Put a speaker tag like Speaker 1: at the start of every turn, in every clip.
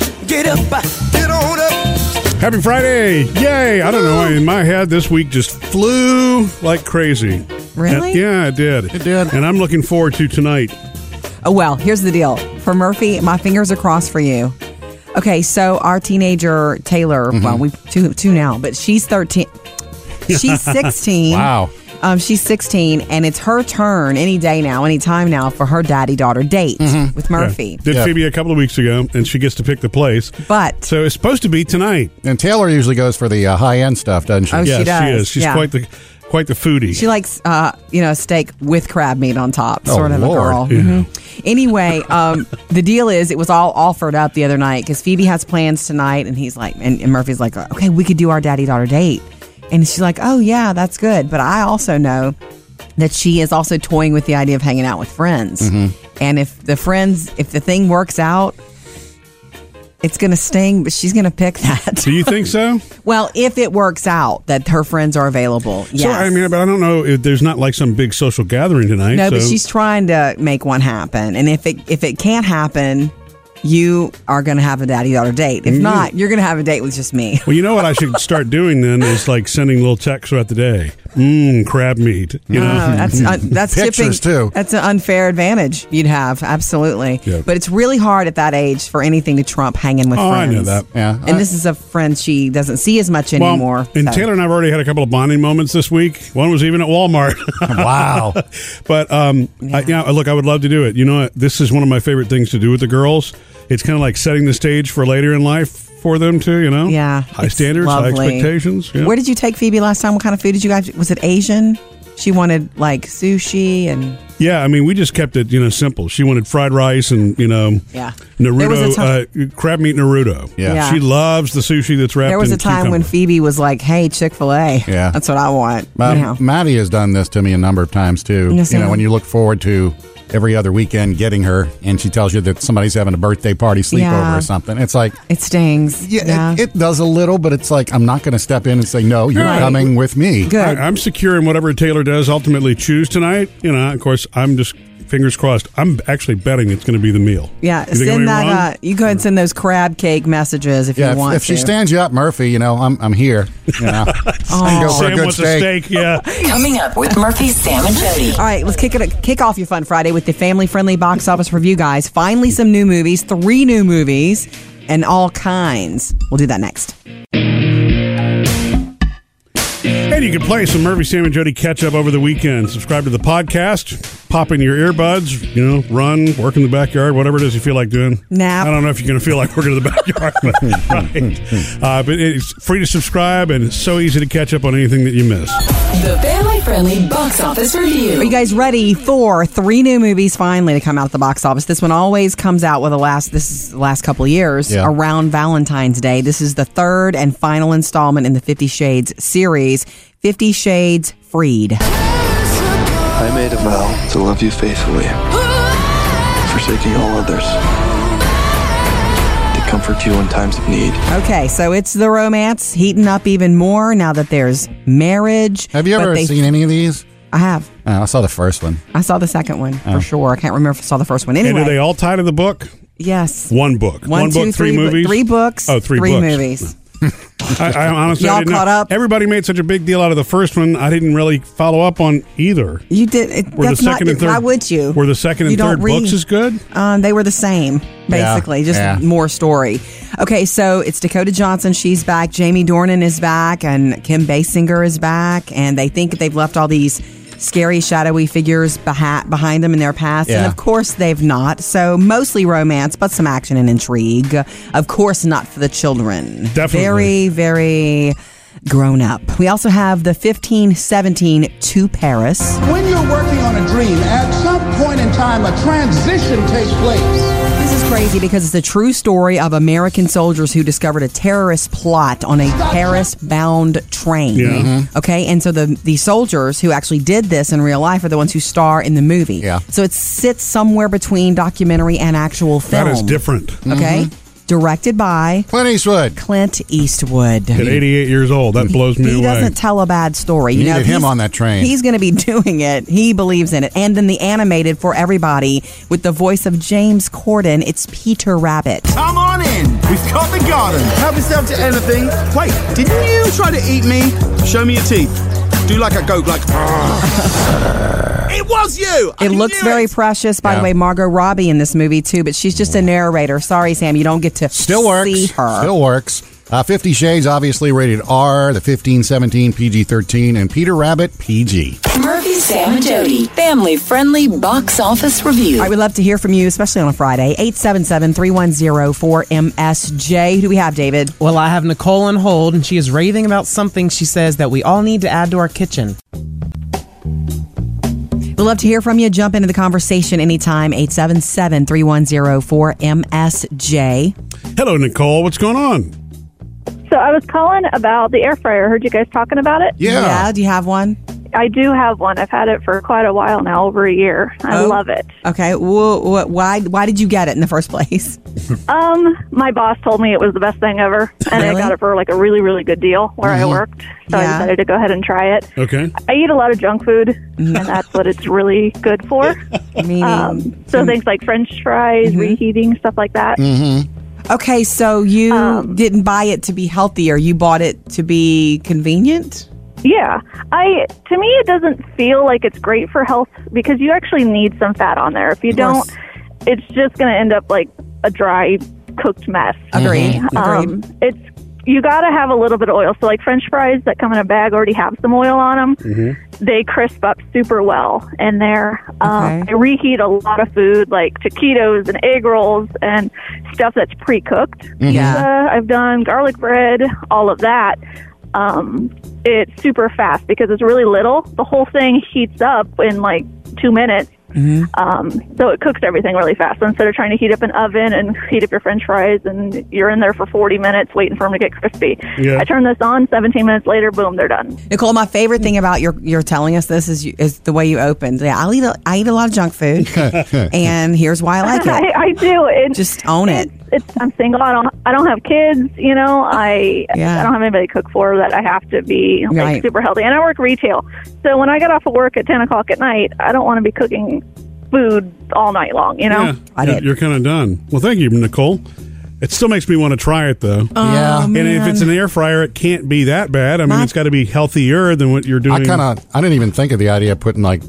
Speaker 1: up, get on up.
Speaker 2: Happy Friday! Yay! I don't know. In my head, this week just flew like crazy.
Speaker 3: Really?
Speaker 2: And- yeah, it did. It
Speaker 4: did.
Speaker 2: And I'm looking forward to tonight.
Speaker 3: Oh, well, here's the deal. For Murphy, my fingers are crossed for you. Okay, so our teenager, Taylor, well, we two, two now, but she's 13. She's 16.
Speaker 4: Wow.
Speaker 3: Um, she's 16, and it's her turn any day now, any time now, for her daddy daughter date with Murphy.
Speaker 2: Yeah. Did
Speaker 4: Yeah.
Speaker 2: Phoebe a couple of weeks ago, and she gets to pick the place.
Speaker 3: But
Speaker 2: So it's supposed to be tonight.
Speaker 4: And Taylor usually goes for the uh, high end stuff, doesn't she?
Speaker 3: Oh,
Speaker 2: yes,
Speaker 3: she does.
Speaker 2: is. She's
Speaker 3: Yeah.
Speaker 2: quite the quite the foodie.
Speaker 3: she likes, uh, you know, a steak with crab meat on top,
Speaker 4: Oh,
Speaker 3: sort of
Speaker 4: Lord.
Speaker 3: a girl.
Speaker 2: Yeah.
Speaker 3: Anyway, um, the deal is it was all offered up the other night because Phoebe has plans tonight, and he's like, and, and Murphy's like, okay, we could do our daddy daughter date, and she's like, oh yeah, that's good, but I also know that she is also toying with the idea of hanging out with friends,
Speaker 4: Mm-hmm.
Speaker 3: and if the friends, if the thing works out. It's gonna sting, but she's gonna pick that.
Speaker 2: Do you think so?
Speaker 3: well, if it works out that her friends are available, yes.
Speaker 2: So I mean, but I don't know. If there's not like some big social gathering tonight.
Speaker 3: No, but
Speaker 2: so-
Speaker 3: she's trying to make one happen. And if it if it can't happen, you are going to have a daddy daughter date. If
Speaker 2: Mm.
Speaker 3: not, you're going to have a date with just me.
Speaker 2: Well, you know what I should start doing then is like sending little texts throughout the day. Mmm, crab meat. You know,
Speaker 3: No, Oh, that's un- that's tipping.
Speaker 4: Pictures, too.
Speaker 3: That's an unfair advantage you'd have, absolutely.
Speaker 2: Yeah.
Speaker 3: But it's really hard at that age for anything to trump hanging with
Speaker 2: Oh, I
Speaker 3: friends.
Speaker 2: know that.
Speaker 4: Yeah.
Speaker 3: And this is a friend she doesn't see as much
Speaker 2: Well,
Speaker 3: anymore.
Speaker 2: and
Speaker 3: so.
Speaker 2: Taylor and I've already had a couple of bonding moments this week. One was even at Walmart.
Speaker 4: wow.
Speaker 2: but um, I, yeah, look, I would love to do it. You know, what? this is one of my favorite things to do with the girls. It's kind of like setting the stage for later in life for them too. You know,
Speaker 3: yeah,
Speaker 2: high
Speaker 3: it's
Speaker 2: standards, high
Speaker 3: lovely.
Speaker 2: expectations. Yeah.
Speaker 3: Where did you take Phoebe last time? What kind of food did you guys? Was it Asian? She wanted like sushi and
Speaker 2: yeah, I mean, we just kept it you know simple. She wanted fried rice and you know,
Speaker 3: Yeah. There was a
Speaker 2: Naruto
Speaker 3: time-
Speaker 2: uh, crab meat Naruto.
Speaker 4: Yeah. Yeah.
Speaker 2: she loves the sushi that's wrapped.
Speaker 3: There was
Speaker 2: in
Speaker 3: a time when
Speaker 2: cucumber.
Speaker 3: Phoebe was like, "Hey, Chick Fil A,
Speaker 4: Yeah.
Speaker 3: that's what I want."
Speaker 4: Ma-
Speaker 3: you know.
Speaker 4: Maddie has done this to me a number of times too.
Speaker 3: Yes,
Speaker 4: you
Speaker 3: I
Speaker 4: know,
Speaker 3: know.
Speaker 4: when you look forward to every other weekend getting her, and she tells you that somebody's having a birthday party sleepover
Speaker 3: Yeah.
Speaker 4: or something. It's like,
Speaker 3: it stings.
Speaker 4: yeah, It, it does a little, but it's like I'm not going to step in and say no. You're
Speaker 2: Right.
Speaker 4: coming with me.
Speaker 3: Good.
Speaker 2: I, I'm secure in whatever Taylor does ultimately choose tonight. You know, of course, I'm just fingers crossed. I'm actually betting it's going to be the meal.
Speaker 3: yeah,
Speaker 2: You think I'm
Speaker 3: send
Speaker 2: wrong?
Speaker 3: that. Uh, you go ahead and send those crab cake messages if
Speaker 4: Yeah,
Speaker 3: you want.
Speaker 4: if, if she
Speaker 3: to.
Speaker 4: stands you up, Murphy, you know I'm I'm here. You know, I
Speaker 3: uh,
Speaker 4: can go for
Speaker 2: Sam
Speaker 4: a good
Speaker 2: wants
Speaker 4: steak.
Speaker 2: a steak. Yeah,
Speaker 5: Coming up with Murphy, Sam, and Jody.
Speaker 3: All right, let's kick it. Kick off your fun Friday with the family-friendly box office review, guys. Finally, some new movies. Three new movies, and all kinds. We'll do that next.
Speaker 2: and you can play some Murphy, Sam, and Jody catch up over the weekend. Subscribe to the podcast. Pop in your earbuds. You know, run, work in the backyard, whatever it is you feel like doing.
Speaker 3: Nap.
Speaker 2: I don't know if you're going to feel like working in the backyard, but, right. uh, but it's free to subscribe, and it's so easy to catch up on anything that you missed.
Speaker 5: The family friendly box office
Speaker 3: Are you
Speaker 5: review.
Speaker 3: guys ready for three new movies finally to come out at the box office? This one always comes out with the last this is the last couple of years
Speaker 4: Yeah.
Speaker 3: around Valentine's Day. This is the third and final installment in the 50 Shades series, 50 Shades Freed.
Speaker 6: I made a vow to love you faithfully, forsaking all others, to comfort you in times of need.
Speaker 3: Okay, so it's the romance heating up even more now that there's marriage.
Speaker 4: Have you
Speaker 3: but
Speaker 4: ever
Speaker 3: they-
Speaker 4: seen any of these?
Speaker 3: I have.
Speaker 4: Uh, I saw the first one.
Speaker 3: I saw the second one
Speaker 4: Oh.
Speaker 3: for sure. I can't remember if I saw the first one. Anyway,
Speaker 2: And are they all tied to the book?
Speaker 3: yes.
Speaker 2: One book. One,
Speaker 3: One,
Speaker 2: book,
Speaker 3: two,
Speaker 2: three,
Speaker 3: three bo-
Speaker 2: movies.
Speaker 3: three books,
Speaker 2: Oh, three
Speaker 3: three
Speaker 2: books.
Speaker 3: movies.
Speaker 2: I, I honestly I
Speaker 3: Y'all
Speaker 2: didn't know.
Speaker 3: caught up?
Speaker 2: Everybody made such a big deal out of the first one. I didn't really follow up on either.
Speaker 3: You did. It,
Speaker 2: Were
Speaker 3: that's
Speaker 2: the second
Speaker 3: not,
Speaker 2: and third?
Speaker 3: Why would you?
Speaker 2: Were the second and
Speaker 3: You don't
Speaker 2: third books
Speaker 3: read.
Speaker 2: as good?
Speaker 3: Um, they were the same,
Speaker 4: Yeah,
Speaker 3: basically, just
Speaker 4: yeah.
Speaker 3: more story. Okay, so it's Dakota Johnson. She's back. Jamie Dornan is back, and Kim Basinger is back. And they think they've left all these scary, shadowy figures beha- behind them in their past. And
Speaker 4: Yeah.
Speaker 3: of course, they've not. So mostly romance, but some action and intrigue. Of course, not for the children. Very,
Speaker 2: Definitely.
Speaker 3: very grown up. We also have the 1517 to Paris.
Speaker 7: When you're working on a dream, at some point in time, a transition takes place.
Speaker 3: This is crazy because it's a true story of American soldiers who discovered a terrorist plot on a Paris bound train.
Speaker 2: Yeah. Mhm.
Speaker 3: Okay. And so the, the soldiers who actually did this in real life are the ones who star in the movie.
Speaker 4: Yeah.
Speaker 3: So it sits somewhere between documentary and actual film. Mm.
Speaker 2: That is different.
Speaker 3: Okay. directed by
Speaker 4: Clint Eastwood.
Speaker 3: Clint Eastwood.
Speaker 2: At 88 years old, that blows me
Speaker 3: he
Speaker 2: away.
Speaker 3: doesn't tell a bad story. You know,
Speaker 4: Needed him
Speaker 3: he's-
Speaker 4: on that train.
Speaker 3: He's going to be doing it. He believes in it. And then the animated for everybody with the voice of James Corden. It's Peter Rabbit.
Speaker 8: Come on in. We've cut the garden. Help yourself to anything. Wait, didn't you try to eat me? Show me your teeth. Do like a goat, like. it was you. I
Speaker 3: It looks
Speaker 8: knew
Speaker 3: very
Speaker 8: it.
Speaker 3: precious. By the
Speaker 4: Yeah.
Speaker 3: way, Margot Robbie in this movie too, but she's just a narrator. Sorry, Sam, you don't get to
Speaker 4: Still works.
Speaker 3: see her.
Speaker 4: Still works. Uh, Fifty Shades, obviously rated R, the 15, 17, PG 13, and Peter Rabbit, PG.
Speaker 5: Murphy, Sam, and Jody. Family friendly box office review.
Speaker 3: I would love to hear from you, especially on a Friday. 877-310-4MSJ. Who do we have, David?
Speaker 9: Well, I have Nicole on hold, and she is raving about something she says that we all need to add to our kitchen.
Speaker 3: We'd love to hear from you. Jump into the conversation anytime. 877-310-4MSJ.
Speaker 2: Hello, Nicole. What's going on?
Speaker 10: So I was calling about the air fryer. Heard you guys talking about it.
Speaker 4: Yeah.
Speaker 3: yeah, do you have one?
Speaker 10: I do have one. I've had it for quite a while now, over a year. I
Speaker 3: Oh.
Speaker 10: love it.
Speaker 3: Okay. Wh- wh- why why did you get it in the first place?
Speaker 10: Um, my boss told me it was the best thing ever, and
Speaker 3: Really? Mm-hmm.
Speaker 10: I got it for like a really, really good deal where I worked. So I
Speaker 3: Yeah.
Speaker 10: decided to go ahead and try it.
Speaker 2: Okay.
Speaker 10: I eat a lot of junk food,
Speaker 3: Mm-hmm.
Speaker 10: and that's what it's really good for.
Speaker 3: Meaning,
Speaker 10: Um, so
Speaker 3: Mm-hmm.
Speaker 10: things like French fries, reheating, stuff like that.
Speaker 3: okay, so you
Speaker 10: um,
Speaker 3: didn't buy it to be healthier. You bought it to be convenient?
Speaker 10: Yeah, I to me it doesn't feel like it's great for health because you actually need some fat on there. If you
Speaker 3: course.
Speaker 10: don't, it's just going to end up like a dry cooked mess.
Speaker 4: Mm-hmm.
Speaker 3: Agreed. Agreed.
Speaker 10: Um, it's you got to have a little bit of oil. So like French fries that come in a bag already have some oil on them. They crisp up super well in there. Um,
Speaker 3: Mm-hmm. Okay.
Speaker 10: I reheat a lot of food like taquitos and egg rolls and stuff that's pre cooked.
Speaker 3: Mm-hmm. Yeah.
Speaker 10: pizza, I've done garlic bread, all of that. Um, it's super fast because it's really little. The whole thing heats up in like two minutes. Um, so it cooks everything really fast. So instead of trying to heat up an oven and heat up your french fries and you're in there for 40 minutes waiting for them to get crispy.
Speaker 2: Yeah.
Speaker 10: I turn this on, 17 minutes later, boom, they're done.
Speaker 3: Nicole, my favorite thing about your your telling us this is you, is the way you opened. Yeah, I eat a, I eat a lot of junk food, and here's why I like it.
Speaker 10: I, I do. It,
Speaker 3: Just own it.
Speaker 10: It's, I'm single. I don't. I don't have kids. You know, I
Speaker 3: Yeah.
Speaker 10: I don't have anybody to cook for that. I have to be like
Speaker 3: Right.
Speaker 10: super healthy, and I work retail. So when I get off of work at ten o'clock at night, I don't want to be cooking food all night long. You know.
Speaker 2: Yeah.
Speaker 3: I
Speaker 2: You're-
Speaker 3: did.
Speaker 2: You're kind of done. Well, thank you, Nicole. It still makes me want to try it, though.
Speaker 4: Yeah.
Speaker 3: Um,
Speaker 2: and if it's an air fryer, it can't be that bad. I mean,
Speaker 3: My-
Speaker 2: it's got to be healthier than what you're doing.
Speaker 4: I kind of, I didn't even think of the idea of putting like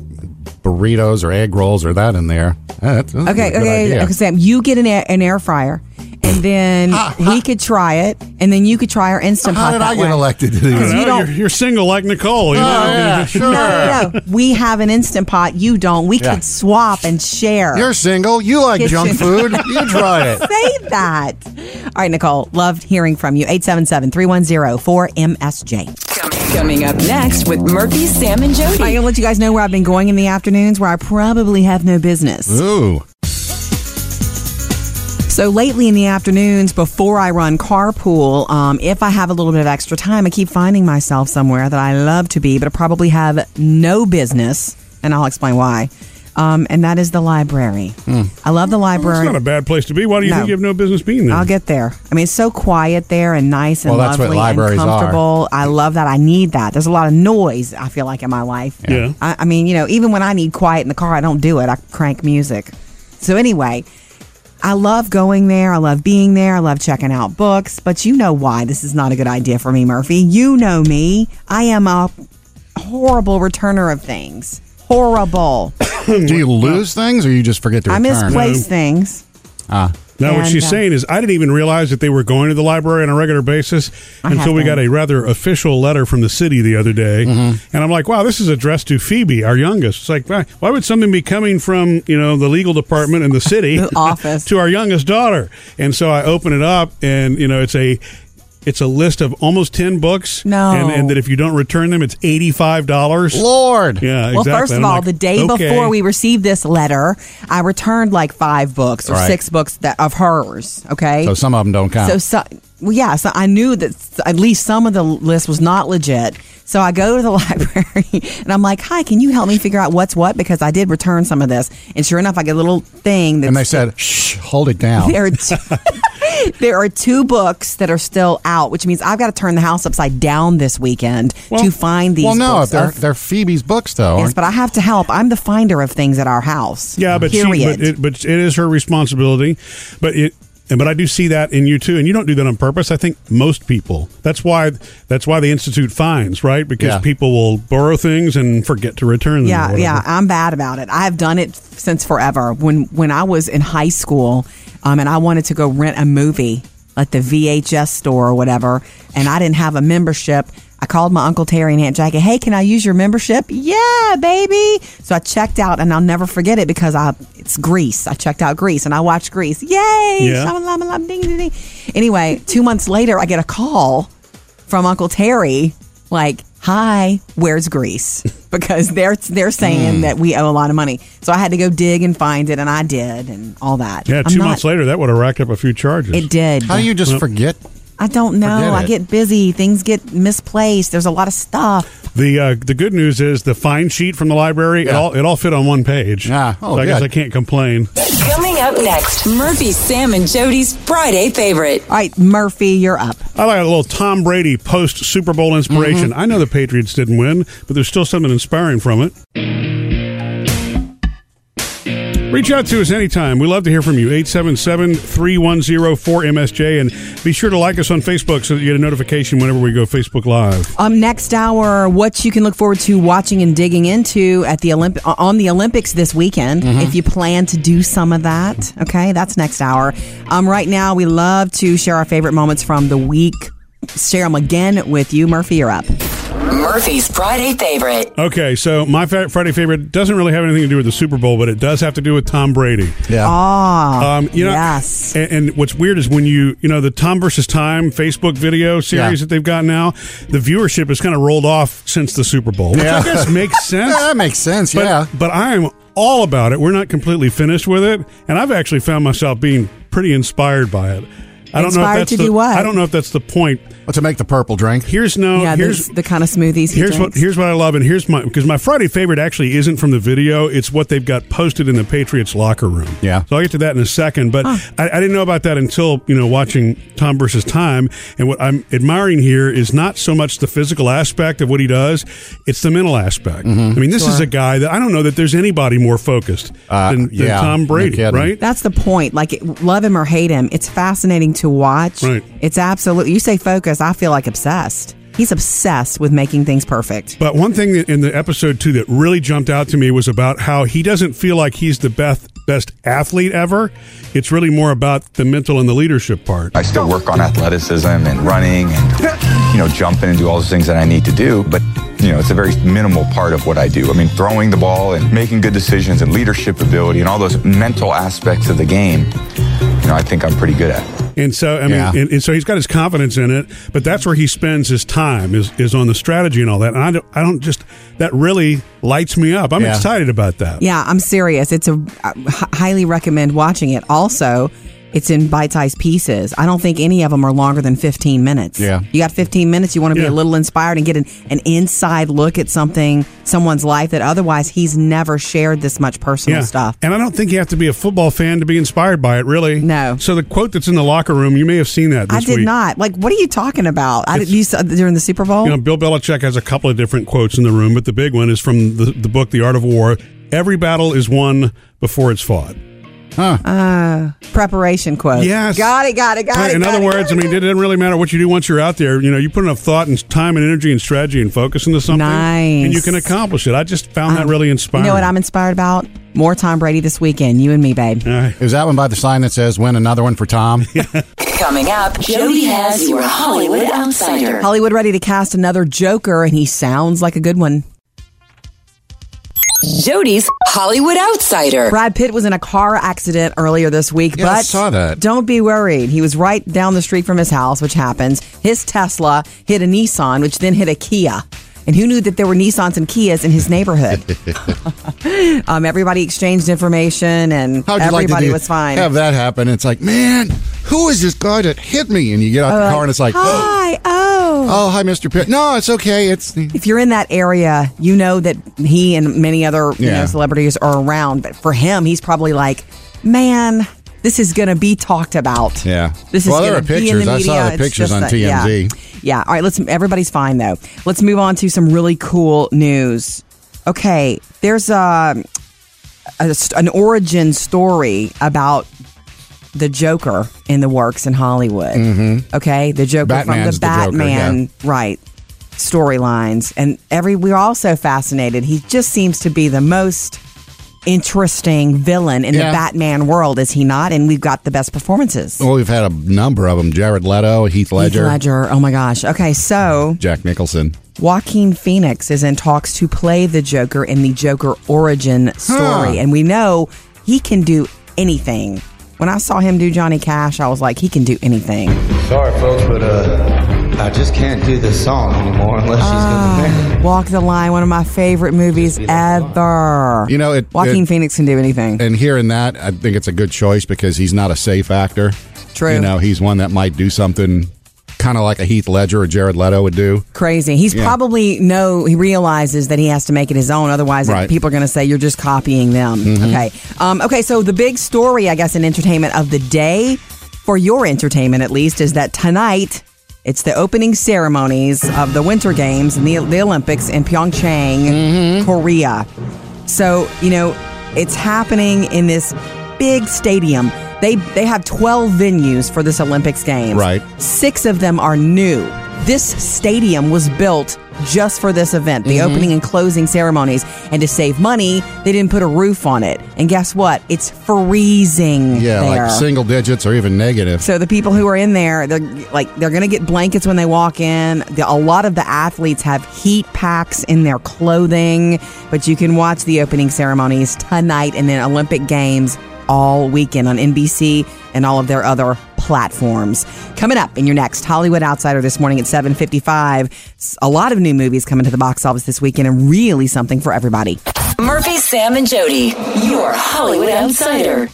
Speaker 4: burritos or egg rolls or that in there. Yeah, that's- that's a
Speaker 3: Okay,
Speaker 4: good
Speaker 3: okay,
Speaker 4: idea.
Speaker 3: okay, Sam, you get an air, an air fryer, and then we could try it, and then you could try our instant
Speaker 4: How
Speaker 3: pot
Speaker 4: did
Speaker 3: that
Speaker 4: I get
Speaker 3: way.
Speaker 4: elected to these?
Speaker 2: You
Speaker 3: you don't-
Speaker 2: are you're single like Nicole. You
Speaker 4: Oh,
Speaker 2: know?
Speaker 4: yeah, sure.
Speaker 3: No, no, no. we have an instant pot. You don't. We
Speaker 4: Yeah.
Speaker 3: could swap and share.
Speaker 4: You're single. You like
Speaker 3: Kitchen.
Speaker 4: junk food. You try it.
Speaker 3: Say that. All right, Nicole. Loved hearing from you. 877-310-4MSJ.
Speaker 5: Coming up next with Murphy, Sam, and
Speaker 3: I'm
Speaker 5: Jody.
Speaker 3: gonna let you guys know where I've been going in the afternoons, where I probably have no business.
Speaker 4: Ooh.
Speaker 3: So lately in the afternoons, before I run carpool, um, if I have a little bit of extra time, I keep finding myself somewhere that I love to be, but I probably have no business, and I'll explain why. Um, and that is the library.
Speaker 4: Hmm.
Speaker 3: I love the
Speaker 2: It's
Speaker 3: library.
Speaker 2: not a bad place to be. Why do you
Speaker 3: No.
Speaker 2: think you have no business being there?
Speaker 3: I'll get there. I mean, it's so quiet there and nice and
Speaker 4: Hmm. Well, that's what
Speaker 3: lovely
Speaker 4: libraries
Speaker 3: and
Speaker 4: are.
Speaker 3: comfortable. I love that. I need that. There's a lot of noise. I feel like in my life.
Speaker 2: Yeah.
Speaker 3: I, I mean, you know, even when I need quiet in the car, I don't do it. I crank music. So anyway, I love going there. I love being there. I love checking out books. But you know why this is not a good idea for me, Murphy. You know me. I am a horrible returner of things. Horrible.
Speaker 4: Do you lose things or you just forget to
Speaker 3: I
Speaker 4: return?
Speaker 3: misplace things.
Speaker 2: Now, what
Speaker 3: And,
Speaker 2: she's
Speaker 3: uh,
Speaker 2: saying is, I didn't even realize that they were going to the library on a regular basis
Speaker 3: I have
Speaker 2: until we
Speaker 3: been. Mm-hmm.
Speaker 2: got a rather official letter from the city the other day. And I'm like, wow, this is addressed to Phoebe, our youngest. It's like, why, why would something be coming from, you know, the legal department in the city
Speaker 3: The office.
Speaker 2: to our youngest daughter? And so I open it up and, you know, it's a. It's a list of almost ten books,
Speaker 3: No.
Speaker 2: and, and that if you don't return them, it's eighty five dollars.
Speaker 4: Lord.
Speaker 2: Yeah,
Speaker 3: Well,
Speaker 2: exactly.
Speaker 3: first of
Speaker 2: And I'm
Speaker 3: all,
Speaker 2: like,
Speaker 3: the day
Speaker 2: okay.
Speaker 3: before we received this letter, I returned like five books or
Speaker 4: Right.
Speaker 3: six books that of hers. Okay,
Speaker 4: So some of them don't count.
Speaker 3: so, so well, yeah, so I knew that s- at least some of the list was not legit. So I go to the library and I'm like, "Hi, can you help me figure out what's what?" Because I did return some of this, and sure enough, I get a little thing that's
Speaker 4: and they said, shh, hold it down.
Speaker 3: there. are t- there are two books that are still out, which means I've got to turn the house upside down this weekend to find these.
Speaker 4: Well, no,
Speaker 3: books.
Speaker 4: if they're,
Speaker 3: Of-
Speaker 4: they're Phoebe's books, though.
Speaker 3: yes, but I have to help. I'm the finder of things at our house.
Speaker 2: Yeah, but she,
Speaker 3: period.
Speaker 2: but, it, but it is her responsibility. But it and but I do see that in you too, and you don't do that on purpose. I think most people. That's why that's why they institute fines, right? Because
Speaker 4: Yeah.
Speaker 2: people will borrow things and forget to return them. or
Speaker 3: yeah,
Speaker 2: whatever.
Speaker 3: yeah, I'm bad about it. I've done it since forever. When when I was in high school, um, and I wanted to go rent a movie at the VHS store or whatever, and I didn't have a membership. I called my uncle Terry and Aunt Jackie. Hey, can I use your membership? Yeah, baby. So I checked out, and I'll never forget it because I it's Grease. I checked out Grease, and I watched Grease. Yay!
Speaker 2: Yeah.
Speaker 3: Shama-lama-lam, ding, ding, ding. Anyway, two months later, I get a call from Uncle Terry, like, "Hi, where's Greece?" Because they're they're
Speaker 4: Hmm.
Speaker 3: saying that we owe a lot of money. So I had to go dig and find it, and I did, and all that.
Speaker 2: Yeah,
Speaker 3: I'm
Speaker 2: 2
Speaker 3: not-
Speaker 2: months later, that would have racked up a few charges.
Speaker 3: It did.
Speaker 4: How do you just forget?
Speaker 3: I don't know.
Speaker 4: Forget
Speaker 3: I
Speaker 4: it.
Speaker 3: get busy. Things get misplaced. There's a lot of stuff.
Speaker 2: The uh, the good news is the fine sheet from the library. It
Speaker 4: Yeah.
Speaker 2: all it all fit on one page.
Speaker 4: Yeah. Oh,
Speaker 2: so I guess
Speaker 4: good.
Speaker 2: I can't complain.
Speaker 5: Coming up next, Murphy, Sam, and Jody's Friday favorite.
Speaker 3: All right, Murphy, you're up.
Speaker 2: I like a little Tom Brady post Super Bowl inspiration. I know the Patriots didn't win, but there's still something inspiring from it. Reach out to us anytime. We love to hear from you. 877 310 4MSJ. And be sure to like us on Facebook so that you get a notification whenever we go Facebook Live.
Speaker 3: Um, next hour, what you can look forward to watching and digging into at the Olymp- uh, on the Olympics this weekend, if you plan to do some of that. Okay, that's next hour. Um, right now, we love to share our favorite moments from the week. Share them again with you, Murphy. You're up.
Speaker 5: Murphy's Friday favorite.
Speaker 2: Okay, so my fa- Friday favorite doesn't really have anything to do with the Super Bowl, but it does have to do with Tom Brady.
Speaker 4: Yeah.
Speaker 2: Um, you know,
Speaker 3: yes.
Speaker 2: And, and what's weird is when you, you know, the Tom versus Time Facebook video series
Speaker 4: Yeah.
Speaker 2: that they've got now, the viewership has kind of rolled off since the Super Bowl, which I
Speaker 4: Yeah.
Speaker 2: guess makes sense.
Speaker 4: Yeah, that makes sense.
Speaker 2: But,
Speaker 4: yeah.
Speaker 2: but I am all about it. We're not completely finished with it, and I've actually found myself being pretty inspired by it. I don't know
Speaker 3: Inspired
Speaker 2: if that's
Speaker 3: to
Speaker 2: the,
Speaker 3: do what?
Speaker 2: I don't know if that's the point.
Speaker 4: Well, to make the purple drink.
Speaker 2: Here's no.
Speaker 3: yeah,
Speaker 2: here's
Speaker 3: there's the kind of smoothies. He
Speaker 2: here's
Speaker 3: drinks.
Speaker 2: what here's what I love, and here's my because my Friday favorite actually isn't from the video; it's what they've got posted in the Patriots locker room.
Speaker 4: Yeah.
Speaker 2: so I'll get to that in a second. But I, I didn't know about that until you know watching Tom versus Time, and what I'm admiring here is not so much the physical aspect of what he does; it's the mental aspect.
Speaker 4: Mm-hmm.
Speaker 2: I mean, this is a guy that I don't know that there's anybody more focused
Speaker 4: Uh,
Speaker 2: than, than
Speaker 4: yeah,
Speaker 2: Tom
Speaker 4: no
Speaker 2: Brady,
Speaker 4: kidding.
Speaker 2: right?
Speaker 3: That's the point. Like, it- love him or hate him, it's fascinating to watch.
Speaker 2: Right.
Speaker 3: It's absolutely. You say focus, I feel like obsessed. He's obsessed with making things perfect.
Speaker 2: But one thing that in the episode two that really jumped out to me was about how he doesn't feel like he's the best best athlete ever. It's really more about the mental and the leadership part.
Speaker 11: I still work on athleticism and running and, you know, jumping and do all those things that I need to do, but, you know, it's a very minimal part of what I do. I mean, throwing the ball and making good decisions and leadership ability and all those mental aspects of the game, you know, I think I'm pretty good at.
Speaker 2: And so I mean,
Speaker 4: Yeah.
Speaker 2: and, and so he's got his confidence in it, but that's where he spends his time is is on the strategy and all that. And I don't, I don't just that really lights me up. I'm
Speaker 4: Yeah.
Speaker 2: excited about that.
Speaker 3: Yeah, I'm serious. It's a I h- highly recommend watching it. Also, it's in bite-sized pieces. I don't think any of them are longer than 15 minutes.
Speaker 4: Yeah.
Speaker 3: you got 15 minutes. You want to be
Speaker 2: Yeah.
Speaker 3: a little inspired and get an, an inside look at something, someone's life that otherwise he's never shared this much personal stuff.
Speaker 2: And I don't think you have to be a football fan to be inspired by it, really.
Speaker 3: No.
Speaker 2: So the quote that's in the locker room, you may have seen that. This
Speaker 3: I did
Speaker 2: week.
Speaker 3: not. Like, what are you talking about? I did, you saw during the Super Bowl.
Speaker 2: You know, Bill Belichick has a couple of different quotes in the room, but the big one is from the, the book The Art of War. Every battle is won before it's fought.
Speaker 3: preparation quote.
Speaker 2: Yes.
Speaker 3: Got it, got it, got
Speaker 2: Right,
Speaker 3: it.
Speaker 2: in
Speaker 3: got
Speaker 2: other
Speaker 3: it,
Speaker 2: words,
Speaker 3: got it,
Speaker 2: I mean, it doesn't really matter what you do once you're out there. You know, you put enough thought and time and energy and strategy and focus into something,
Speaker 3: Nice.
Speaker 2: and you can accomplish it. I just found that really
Speaker 3: Um, You
Speaker 2: inspiring.
Speaker 3: know what I'm inspired about? More Tom Brady this weekend. You and me, babe.
Speaker 2: All right.
Speaker 4: Is that one by the sign that says "Win another one for Tom"?
Speaker 5: Coming up, Jody has your Hollywood Outsider.
Speaker 3: Hollywood ready to cast another Joker, and he sounds like a good one.
Speaker 5: Jody's Hollywood Outsider.
Speaker 3: Brad Pitt was in a car accident earlier this week,
Speaker 4: Yeah, I
Speaker 3: but
Speaker 4: saw that.
Speaker 3: don't be worried. He was right down the street from his house, which happens. His Tesla hit a Nissan, which then hit a Kia. And who knew that there were Nissans and Kias in his neighborhood? um, everybody exchanged information, and
Speaker 4: How'd you like
Speaker 3: everybody
Speaker 4: to do-
Speaker 3: was fine.
Speaker 4: Have that happen? It's like, man, who is this guy that hit me? And you get out the car and it's like,
Speaker 3: Hi, oh.
Speaker 4: oh, hi, Mister Pitt. No, it's okay. It's
Speaker 3: if you're in that area, you know that he and many other you
Speaker 4: Yeah.
Speaker 3: know, celebrities are around. But for him, he's probably like, man, this is going to be talked about.
Speaker 4: Yeah.
Speaker 3: This is
Speaker 4: well, there are
Speaker 3: gonna be in
Speaker 4: pictures.
Speaker 3: the
Speaker 4: I
Speaker 3: media.
Speaker 4: saw the
Speaker 3: It's
Speaker 4: pictures
Speaker 3: just
Speaker 4: on
Speaker 3: that-
Speaker 4: TMZ.
Speaker 3: Yeah. yeah. All right. Let's. Everybody's fine though. Let's move on to some really cool news. Okay. There's a, a st- an origin story about the Joker in the works in Hollywood.
Speaker 4: Mhm.
Speaker 3: Okay. The Joker from
Speaker 4: Batman's
Speaker 3: the
Speaker 4: the Joker,
Speaker 3: Batman.
Speaker 4: yeah.
Speaker 3: Right. Storylines and every. We're all so fascinated. He just seems to be the most interesting villain in
Speaker 4: Yeah.
Speaker 3: the Batman world, is he not? And we've got the best performances.
Speaker 4: Well, we've had a number of them: Jared Leto, Heath Ledger,
Speaker 3: Heath Ledger. Oh my gosh. Okay, so
Speaker 4: Jack Nicholson.
Speaker 3: Joaquin Phoenix is in talks to play the Joker in the Joker origin story,
Speaker 4: Huh.
Speaker 3: and we know he can do anything. When I saw him do Johnny Cash, I was like, he can do anything.
Speaker 12: Sorry, folks, but uh, I just can't do this song anymore unless she's
Speaker 10: Uh,
Speaker 12: gonna marry.
Speaker 3: Walk the Line, one of my favorite movies ever.
Speaker 4: You know, it,
Speaker 3: Joaquin
Speaker 4: it-
Speaker 3: Phoenix can do anything.
Speaker 4: And here in that, I think it's a good choice because he's not a safe actor.
Speaker 3: True.
Speaker 4: You know, he's one that might do something kind of like a Heath Ledger or Jared Leto would do.
Speaker 3: Crazy. He's
Speaker 4: Yeah.
Speaker 3: probably no. He realizes that he has to make it his own. Otherwise,
Speaker 4: Right.
Speaker 3: people are going to say you're just copying them.
Speaker 4: Mhm.
Speaker 3: Okay. Um, okay. So the big story, I guess, in entertainment of the day, for your entertainment at least, is that tonight it's the opening ceremonies of the Winter Games and the, the Olympics in Pyeongchang,
Speaker 4: Mm-hmm.
Speaker 3: Korea. So you know, it's happening in this big stadium. They they have twelve venues for this Olympics games.
Speaker 4: Right.
Speaker 3: Six of them are new. This stadium was built just for this event, the
Speaker 4: Mhm.
Speaker 3: opening and closing ceremonies. And to save money, they didn't put a roof on it. And guess what? It's freezing
Speaker 4: Yeah,
Speaker 3: there.
Speaker 4: like single digits or even negative.
Speaker 3: so the people who are in there, they're like they're going to get blankets when they walk in. The, a lot of the athletes have heat packs in their clothing, but you can watch the opening ceremonies tonight and then Olympic Games all weekend on NBC and all of their other platforms. Coming up in your next Hollywood Outsider this morning at 7:55, s- a lot of new movies coming to the box office this weekend and really something for everybody.
Speaker 5: Murphy, Sam, and Jody, your Hollywood Outsider.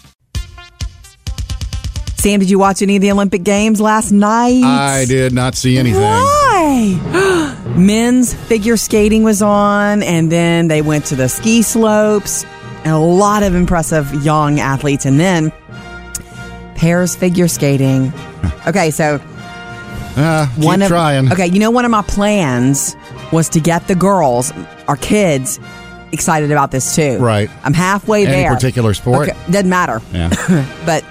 Speaker 3: Sam, did you watch any of the Olympic Games last night?
Speaker 4: I did not see anything.
Speaker 3: Why? Men's figure skating was on, and then they went to the ski slopes, and a lot of impressive young athletes, and then pairs figure skating. Okay, so
Speaker 4: Uh, keep
Speaker 3: of,
Speaker 4: trying.
Speaker 3: Okay, you know, one of my plans was to get the girls, our kids, excited about this too.
Speaker 4: Right.
Speaker 3: I'm halfway
Speaker 4: Any
Speaker 3: there.
Speaker 4: particular sport?
Speaker 3: Okay, doesn't matter.
Speaker 4: Yeah.
Speaker 3: but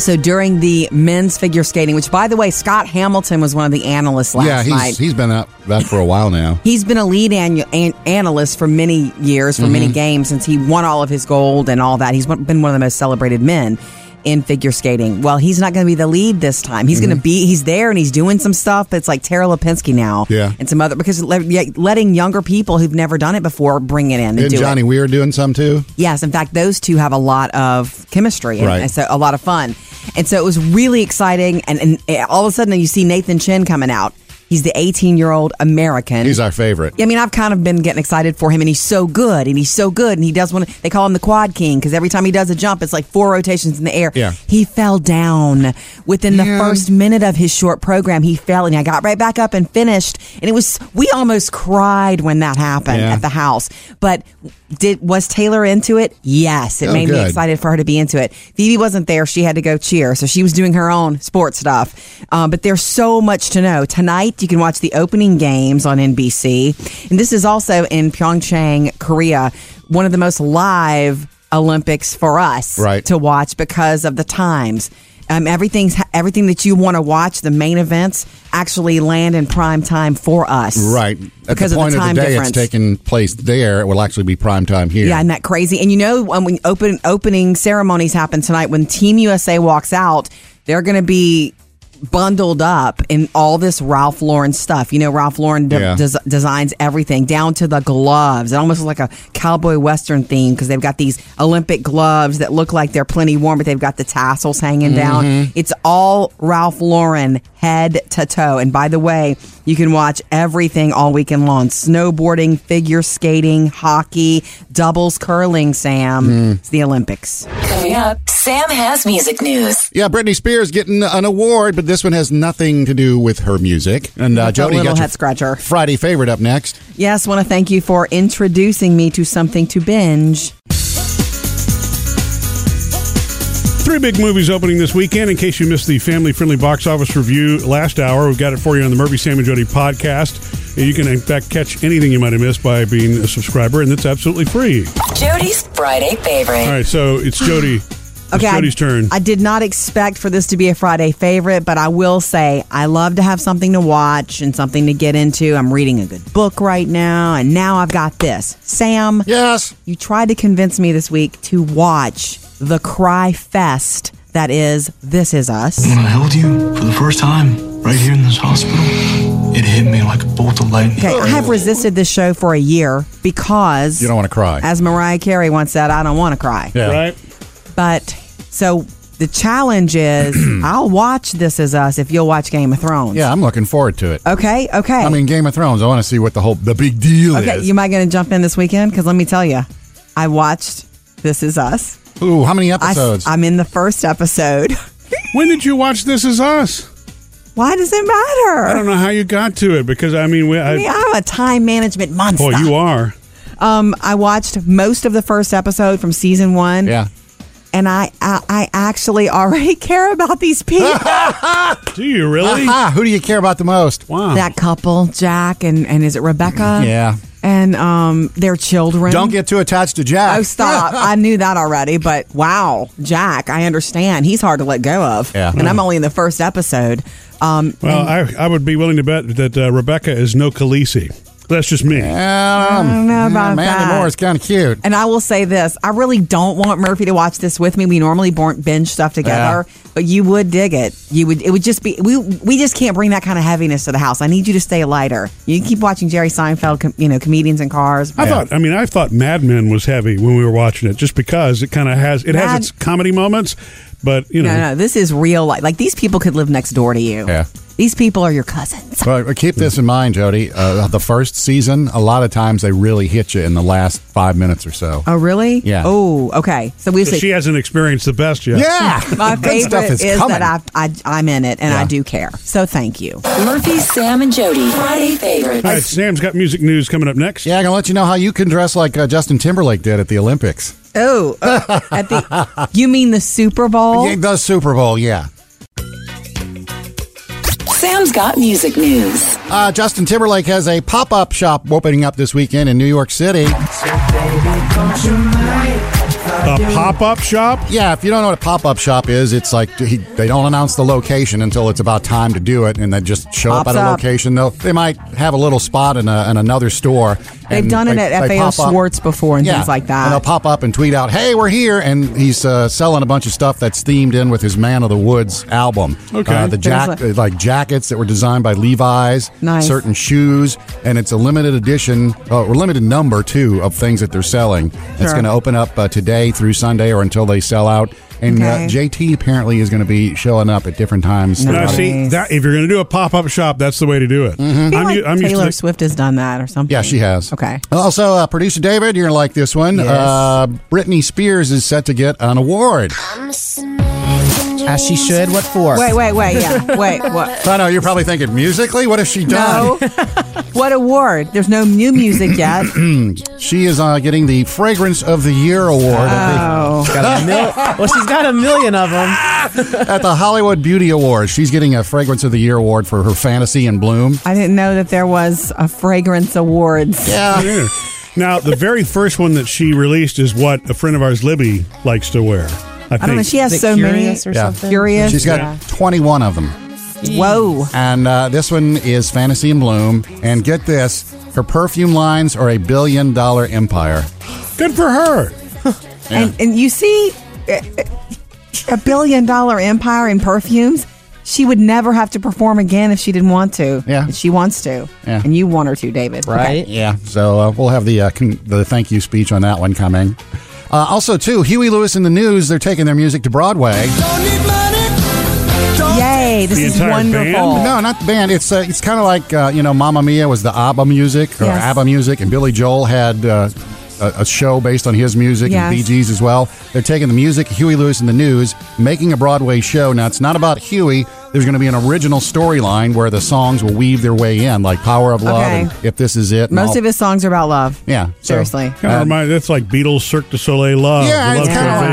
Speaker 3: so during the men's figure skating, which by the way, Scott Hamilton was one of the analysts last
Speaker 4: yeah, he's,
Speaker 3: night.
Speaker 4: he's been up that for a while now.
Speaker 3: He's been a lead annu- an- analyst for many years, for many
Speaker 4: Mm-hmm.
Speaker 3: games, since he won all of his gold and all that. He's one- been one of the most celebrated men in figure skating. Well, he's not going to be the lead this time. He's
Speaker 4: Mm-hmm.
Speaker 3: going to be, he's there and he's doing some stuff, but it's like Tara Lipinski now.
Speaker 4: Yeah.
Speaker 3: And some other, because le- yeah, letting younger people who've never done it before bring it in and
Speaker 4: Isn't
Speaker 3: do
Speaker 4: Johnny
Speaker 3: it.
Speaker 4: Weir doing some too?
Speaker 3: Yes, in fact, those two have a lot of chemistry and,
Speaker 4: Right.
Speaker 3: and so a lot of fun. And so it was really exciting. And, and uh, all of a sudden, you see Nathan Chin coming out. He's the 18 year old American.
Speaker 4: He's our favorite.
Speaker 3: I mean, I've kind of been getting excited for him, and he's so good, and he's so good, and he does one. They call him the Quad King because every time he does a jump, it's like four rotations in the air.
Speaker 4: Yeah.
Speaker 3: He fell down within the first minute of his short program. He fell, and I got right back up and finished. And it was we almost cried when that happened
Speaker 13: Yeah.
Speaker 3: at the house. But did was Taylor into it? Yes, it
Speaker 13: Oh,
Speaker 3: made me
Speaker 13: good.
Speaker 3: excited for her to be into it. Phoebe wasn't there; she had to go cheer, so she was doing her own sports stuff. Um, but there's so much to know. Tonight, you can watch the opening games on NBC, and this is also in Pyeongchang, Korea, one of the most live Olympics for us
Speaker 4: Right.
Speaker 3: to watch because of the times. Um, everything's everything that you want to watch. The main events actually land in prime time for us,
Speaker 4: Right. At
Speaker 3: Because
Speaker 4: the point
Speaker 3: of the time
Speaker 4: day
Speaker 3: difference.
Speaker 4: it's taking place there, it will actually be prime time here.
Speaker 3: Yeah, isn't that crazy? And you know, when, when open opening ceremonies happen tonight, when Team USA walks out, they're going to be bundled up in all this Ralph Lauren stuff. You know, Ralph Lauren de-
Speaker 13: Yeah.
Speaker 3: des- designs everything down to the gloves. It almost looks like a cowboy western theme because they've got these Olympic gloves that look like they're plenty warm, but they've got the tassels hanging down.
Speaker 13: Mhm.
Speaker 3: It's all Ralph Lauren head to toe. And by the way, you can watch everything all weekend long snowboarding, figure skating, hockey, doubles curling, Sam. It's the Olympics.
Speaker 5: Coming up, Sam has music news.
Speaker 4: Yeah, Britney Spears getting an award, but this one has nothing to do with her music. And uh,
Speaker 3: With a
Speaker 4: Jody
Speaker 3: little
Speaker 4: got your
Speaker 3: head scratcher.
Speaker 4: Friday favorite up next.
Speaker 3: Yes, want to thank you for introducing me to something to binge.
Speaker 2: Three big movies opening this weekend. In case you missed the family friendly box office review last hour, we've got it for you on the Murphy, Sam, and Jody podcast. And You can, in fact, catch anything you might have missed by being a subscriber, and it's absolutely free.
Speaker 5: Jody's Friday favorite.
Speaker 2: All right, so it's Jody. It's
Speaker 3: Okay, I-
Speaker 2: Jody's turn.
Speaker 3: I did not expect for this to be a Friday favorite, but I will say I love to have something to watch and something to get into. I'm reading a good book right now, and now I've got this. Sam,
Speaker 4: yes,
Speaker 3: you tried to convince me this week to watch the Cry Fest. That is, This Is Us.
Speaker 13: When I held you for the first time, right here in this hospital, it hit me like a bolt of lightning.
Speaker 3: Okay, I have resisted this show for a year because
Speaker 4: You don't want to cry.
Speaker 3: As Mariah Carey once said, I don't want to cry.
Speaker 4: Yeah.
Speaker 2: Right.
Speaker 3: But so the challenge is I'll watch This Is Us if you'll watch Game of Thrones.
Speaker 4: Yeah, I'm looking forward to it.
Speaker 3: Okay, okay.
Speaker 4: I mean, Game of Thrones. I want to see what the whole the big deal
Speaker 3: okay,
Speaker 4: is.
Speaker 3: you might going to jump in this weekend because let me tell you, I watched This Is Us.
Speaker 4: Ooh, how many
Speaker 2: episodes?
Speaker 3: I, am in the first episode.
Speaker 2: when did you watch This Is Us?
Speaker 3: Why does it matter?
Speaker 2: I don't know how you got to it because, I mean, we, I,
Speaker 3: I mean, I'm a time management monster.
Speaker 2: boy, you are.
Speaker 3: Um, I watched most of the first episode from season one.
Speaker 4: Yeah.
Speaker 3: And I, I, I actually already care about these people. that
Speaker 2: Do you
Speaker 3: Uh-huh.
Speaker 2: really?
Speaker 4: Aha, Ah, who do you care about the most?
Speaker 2: Wow.
Speaker 3: couple, Jack and and is it Rebecca?
Speaker 4: Yeah.
Speaker 3: And um, their children.
Speaker 4: Don't get too attached to Jack.
Speaker 3: Oh, stop! I knew that already, but wow, Jack, I understand. He's hard to let go of.
Speaker 2: Yeah. Hmm.
Speaker 3: And I'm only in the first episode. Um,
Speaker 2: Well, I, I would be willing to bet that uh, Rebecca is no Khaleesi. That's just me.
Speaker 4: I
Speaker 3: don't know about
Speaker 4: Amanda
Speaker 3: that.
Speaker 4: Moore is kind of cute.
Speaker 3: And I will say this: I really don't want Murphy to watch this with me. We normally bor- binge stuff together, but you would dig it. You would. It would just be we. We just can't bring that kind of heaviness to the house. I need you to stay lighter. You can keep watching Jerry Seinfeld, com- you know, comedians in cars.
Speaker 2: I thought. I mean, I thought Mad Men was heavy when we were watching it, just because it kind of has it has
Speaker 3: Mad-
Speaker 2: its comedy moments, but you know,
Speaker 3: no, no, this is real life. Like these people could live next door to you.
Speaker 4: Yeah.
Speaker 3: These people are your cousins.
Speaker 4: But uh, keep this in mind, Jody. Uh, the first season, a lot of times they really hit you in the last five minutes or so.
Speaker 3: Oh, really?
Speaker 4: Yeah.
Speaker 3: Oh, okay. So we
Speaker 2: So
Speaker 3: say "Ah,
Speaker 2: she hasn't experienced the best yet.
Speaker 4: Yeah.
Speaker 3: My
Speaker 4: Good stuff
Speaker 3: favorite
Speaker 4: is
Speaker 3: is,
Speaker 4: coming.
Speaker 3: that I, I I'm in it and
Speaker 2: Yeah.
Speaker 3: I do care. So thank you.
Speaker 5: Murphy, Sam, and Jody. Friday
Speaker 2: All
Speaker 5: favorites.
Speaker 2: right, Sam's got music news coming up next.
Speaker 4: Yeah, I'm gonna let you know how you can dress like uh, Justin Timberlake did at the Olympics.
Speaker 3: Oh, uh, at the, you mean the Super Bowl?
Speaker 4: Yeah, the Super Bowl, yeah.
Speaker 5: Sam's got music news.
Speaker 4: Uh, Justin Timberlake has a pop up shop opening up this weekend in New York City.
Speaker 2: A pop up shop?
Speaker 4: Yeah, if you don't know what a pop up shop is, it's like he, they don't announce the location until it's about time to do it, and they just show up
Speaker 3: Pops
Speaker 4: at a
Speaker 3: up.
Speaker 4: location. They'll, they might have a little spot in, a, in another store.
Speaker 3: They've
Speaker 4: and
Speaker 3: done it
Speaker 4: they-
Speaker 3: at
Speaker 4: they
Speaker 3: FAO
Speaker 4: pop up.
Speaker 3: Schwartz before and
Speaker 4: Yeah,
Speaker 3: things like
Speaker 4: And
Speaker 3: that.
Speaker 4: they'll pop up and tweet out, "Hey, we're here!" And he's uh, selling a bunch of stuff that's themed in with his Man of the Woods album.
Speaker 2: Okay.
Speaker 4: Uh, the jack
Speaker 3: There's
Speaker 4: like jackets that were designed by Levi's.
Speaker 3: Nice.
Speaker 4: Certain shoes, and it's a limited edition uh, or limited number too of things that they're selling. It's
Speaker 3: Sure.
Speaker 4: going to open up uh, today through Sunday or until they sell out. And
Speaker 3: Okay.
Speaker 4: uh, JT apparently is going to be showing up at different times.
Speaker 2: Now,
Speaker 4: throughout it.
Speaker 2: see that if you're going to do a pop up shop, that's the way to do it.
Speaker 3: Mm-hmm. I feel
Speaker 2: u-
Speaker 3: like Taylor
Speaker 2: used to
Speaker 3: Swift has done that or something.
Speaker 4: Yeah, she has.
Speaker 3: Okay.
Speaker 4: Also, uh, producer David, you're gonna like this one.
Speaker 9: Yes.
Speaker 4: Uh, Britney Spears is set to get an award.
Speaker 9: As she should. What for?
Speaker 3: Wait, wait, wait. Yeah. Wait, what?
Speaker 4: I know you're probably thinking musically. What has she done?
Speaker 3: No. what award? There's no new music yet.
Speaker 4: She is uh, getting the Fragrance of the Year award at,
Speaker 3: Oh.
Speaker 9: Got a mil- well, she's got a million of them.
Speaker 4: the, at the Hollywood Beauty Awards. She's getting a Fragrance of the Year award for her Fantasy and Bloom.
Speaker 3: I didn't know that there was a fragrance awards.
Speaker 4: Yeah.
Speaker 2: Yeah. Now, the very first one that she released is what a friend of ours, Libby, likes to wear. I,
Speaker 3: I don't know. She has
Speaker 9: Is it
Speaker 3: so
Speaker 9: Curious or
Speaker 3: many.
Speaker 4: Yeah.
Speaker 9: something?
Speaker 3: Curious.
Speaker 4: She's got
Speaker 3: Yeah.
Speaker 4: 21 of them,
Speaker 3: Whoa.
Speaker 4: and uh, this one is Fantasy and Bloom. And get this, her perfume lines are a billion dollar empire.
Speaker 2: Good for her.
Speaker 3: And, and you see uh, uh, a billion dollar empire in perfumes. She would never have to perform again if she didn't want to.
Speaker 4: Yeah.
Speaker 3: But She wants to.
Speaker 4: Yeah.
Speaker 3: And you want her to, David. Okay.
Speaker 9: Right?
Speaker 4: Yeah, so uh, we'll have the uh, con- the thank you speech on that one coming. Uh, also, too, Huey Lewis and the News, they're taking their music to Broadway.
Speaker 3: Yay. This
Speaker 2: The
Speaker 3: is
Speaker 2: entire
Speaker 3: wonderful.
Speaker 2: band?
Speaker 4: No, not the band. It's uh, it's kind of like, uh, you know, Mamma Mia was the ABBA music, or
Speaker 3: Yes.
Speaker 4: ABBA music, and Billy Joel had uh, a, a show based on his music,
Speaker 3: Yes.
Speaker 4: and Bee Gees as well. They're taking the music, Huey Lewis and the News, making a Broadway show. Now, it's not about Huey. there's going to be an original storyline where the songs will weave their way in, like Power of Love,
Speaker 3: Okay.
Speaker 4: and If This Is It. and
Speaker 3: Most
Speaker 4: all-
Speaker 3: of his songs are about love.
Speaker 4: Yeah. so-
Speaker 3: Seriously.
Speaker 2: Kind of remind, that's like Beatles Cirque du Soleil Love.
Speaker 4: Yeah,
Speaker 2: Love
Speaker 4: it's
Speaker 2: to
Speaker 4: kind of like